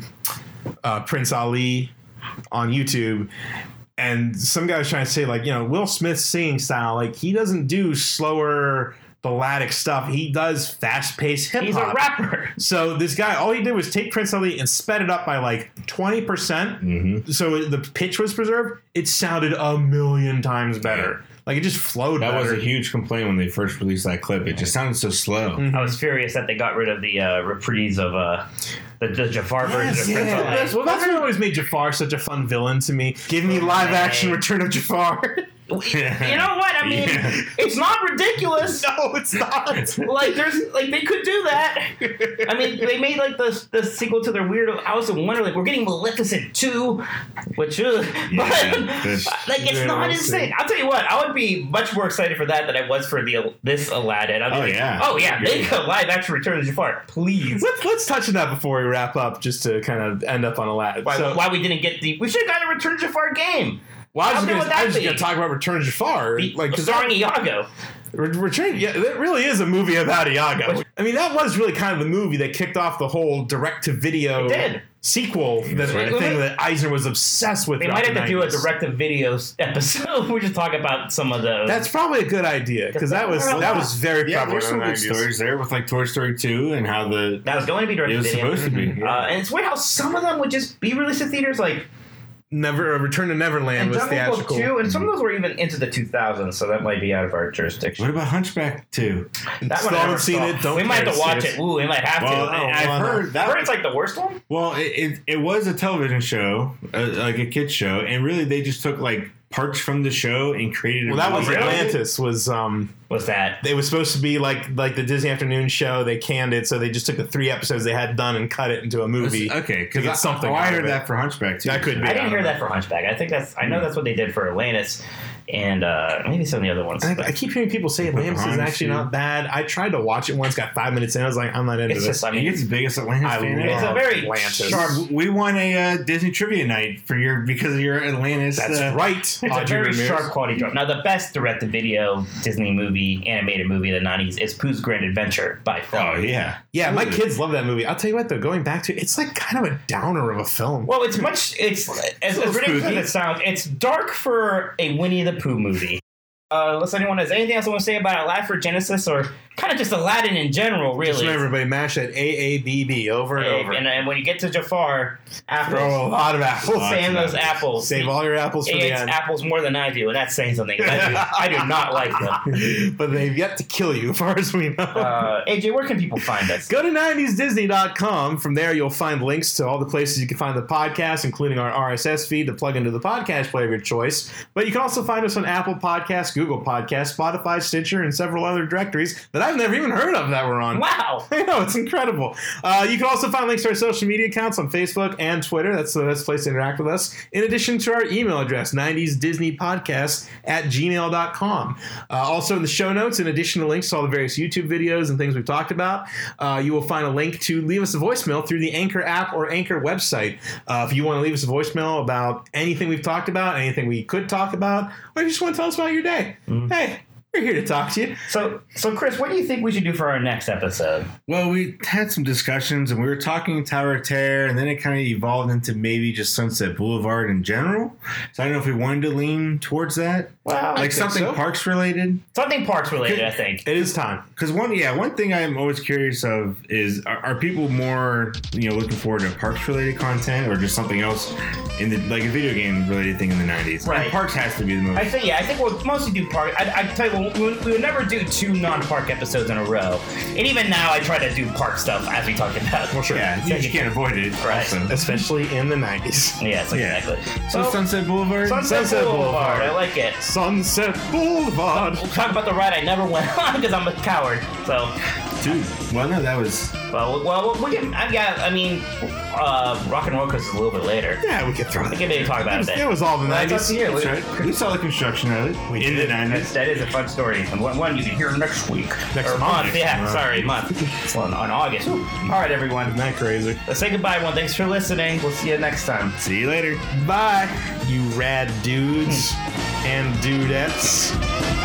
uh, Prince Ali on YouTube, and some guy was trying to say like you know Will Smith's singing style like he doesn't do slower balladic stuff. He does fast paced hip hop.
He's a rapper.
[LAUGHS]
So this guy, all he did was take Prince Ali and sped it up by like twenty percent.
Mm-hmm.
So the pitch was preserved. It sounded a million times better. Like it just flowed.
That was
better.
a huge complaint when they first released that clip. It just sounded so slow.
I was furious that they got rid of the uh, reprise of uh, the, the Jafar version of
Yeah,
Prince
that's,
Ali.
well, that's what always made Jafar such a fun villain to me. Give me live action Return of Jafar. [LAUGHS]
You know what? I mean,
Yeah.
it's not ridiculous.
no, it's
[LAUGHS]
not.
Like there's like they could do that. I mean, they made like the the sequel to their weird Alice in Wonderland. We're getting Maleficent two, which uh, [LAUGHS]
that's-
but like it's
yeah,
not
we'll
insane.
see.
I'll tell you what, I would be much more excited for that than I was for the this Aladdin. I'd be
Oh,
like,
yeah.
oh yeah, make a live action Return of Jafar, please.
Let's let's touch on that before we wrap up, just to kind of end up on a lad.
Why, why we didn't get the? We should have got a Return of Jafar game.
well, I was
how
just
good
gonna,
would that
I was just
be?
gonna talk about Return of Jafar, like because
starring Iago.
Re- Return, yeah, that really is a movie about Iago. I mean, that was really kind of the movie that kicked off the whole direct-to-video
It did.
sequel that
right.
thing that Eisner was obsessed with.
They
throughout
might have
the
to do a
90s.
direct to video [LAUGHS] episode. we just talk about some of those.
That's probably a good idea because that was that was very
Yeah,
prevalent
there's some
in the
good
90s.
stories there with like Toy Story 2 and how the
that was going to be direct
it
to
was
video.
supposed to be.
Mm-hmm.
Uh, and it's weird how some of them would just be released in theaters, like
Never, uh, Return to Neverland
and
was
Jungle Book
theatrical.
Two, and some of those were even into the 2000s, so that might be out of our jurisdiction.
Mm-hmm. What about Hunchback 2?
That
Still
I never
haven't seen
saw.
it, don't
we might
care,
have to watch
serious.
it. Ooh, we might have
Well,
to.
I-
I-
I've heard that.
heard it's like the worst one.
Well, it, it, it was a television show, uh, like a kids show, and really they just took like parts from the show and created.
Well, that
a
was
movie.
Atlantis. Was um,
Was that?
it was supposed to be like like the Disney afternoon show. They canned it, so they just took the three episodes they had done and cut it into a movie.
Okay,
To get
because
something
something. I
out of
heard
it.
that for Hunchback too.
That could be.
I didn't
don't
hear
know.
that for Hunchback. I think that's.
Mm.
I know that's what they did for Atlantis, and uh, maybe some of the other ones.
I,
but
I keep hearing people say Atlantis is
Hans,
actually
dude.
not bad. I tried to watch it once, got five minutes in. I was like, I'm not into
it's
this.
just. I
I mean,
mean,
it's the biggest Atlantis
I
fan.
love
a very
Atlantis.
Sharp, we won a uh, Disney trivia night for your because of your Atlantis.
That's
uh,
right.
It's a
Audrey
very
Ramirez.
sharp quality drop. Now, the best direct-to-video Disney movie movie, animated movie of the '90s is Pooh's Grand Adventure by far.
Oh yeah,
Yeah, my kids love that movie. I'll tell you what, though, going back to it, it's like kind of a downer of a film.
Well, it's much. It's as, as ridiculous as it sounds. It's dark for a Winnie the Pooh movie. Uh, unless anyone has anything else I want to say about Aladdin for Genesis or kind of just Aladdin in general, really.
Just remember, everybody, mash that AABB over and over.
and, and when you get to Jafar,
Throw a
apples,
lot of apples.
sand those apples.
Save all your apples for
he
the
hates
end.
apples more than I do, and that's saying something. I do,
[LAUGHS]
I do not like them.
but they've yet to kill you, [LAUGHS] as far as we know.
Uh, AJ, where can people find us?
Go to 90sdisney.com. From there, you'll find links to all the places you can find the podcast, including our RSS feed to plug into the podcast player of your choice. But you can also find us on Apple Podcasts, Google Podcasts, Spotify, Stitcher, and several other directories that I've never even heard of that we're on.
Wow.
[LAUGHS] I know, it's incredible. Uh, you can also find links to our social media accounts on Facebook and Twitter. That's the best place to interact with us. In addition to our email address, 90sDisneyPodcast at gmail.com. Uh, also, in the show notes, in addition to links to all the various YouTube videos and things we've talked about, uh, you will find a link to leave us a voicemail through the Anchor app or Anchor website. Uh, if you want to leave us a voicemail about anything we've talked about, anything we could talk about, or if you just want to tell us about your day, hey, we're here to talk to you.
So, so Chris, what do you think we should do for our next episode?
Well, we had some discussions and we were talking Tower of Terror, and then it kind of evolved into maybe just Sunset Boulevard in general. So I don't know if we wanted to lean towards that,
Well,
like something
so.
parks related.
something parks related, I think.
It is time.
Because one, yeah, one thing I'm always curious of is are, are people more you know looking forward to parks related content or just something else in the like a video game related thing in the '90s?
Right.
And parks has to be the
I
most.
think yeah, I think we'll mostly do park. I, I tell you, what, we, we would never do two non-park episodes in a row. And even now, I try to do park stuff as we talked about. Well, sure.
Yeah, you, you can't avoid it.
Right.
Also.
Especially in the 90s.
Yes,
Yeah.
exactly.
So Sunset Boulevard.
Sunset,
Sunset
Boulevard.
Boulevard.
I like it.
Sunset Boulevard.
We'll talk about the ride I never went [LAUGHS] on because I'm a coward. So,
Oh, Dude, well, no, that was
well, well, we can. I've got. I mean, uh, Rock and Roll Coaster is a little bit later.
Yeah, we could throw
We
that.
can maybe talk about it
It
then.
was all the
Well, it's up to
90s.
you.
That's right. We saw the construction of it
We
in
did.
the
That's,
nineties.
that is a fun story. And one, one you can hear next week.
Next
or
month.
Yeah,
Right.
sorry, month. well, on, on August. All right, everyone.
Isn't that crazy?
Let's say goodbye, everyone. Thanks for listening. We'll see you next time.
See you later.
Hmm. Bye, you rad dudes and dudettes.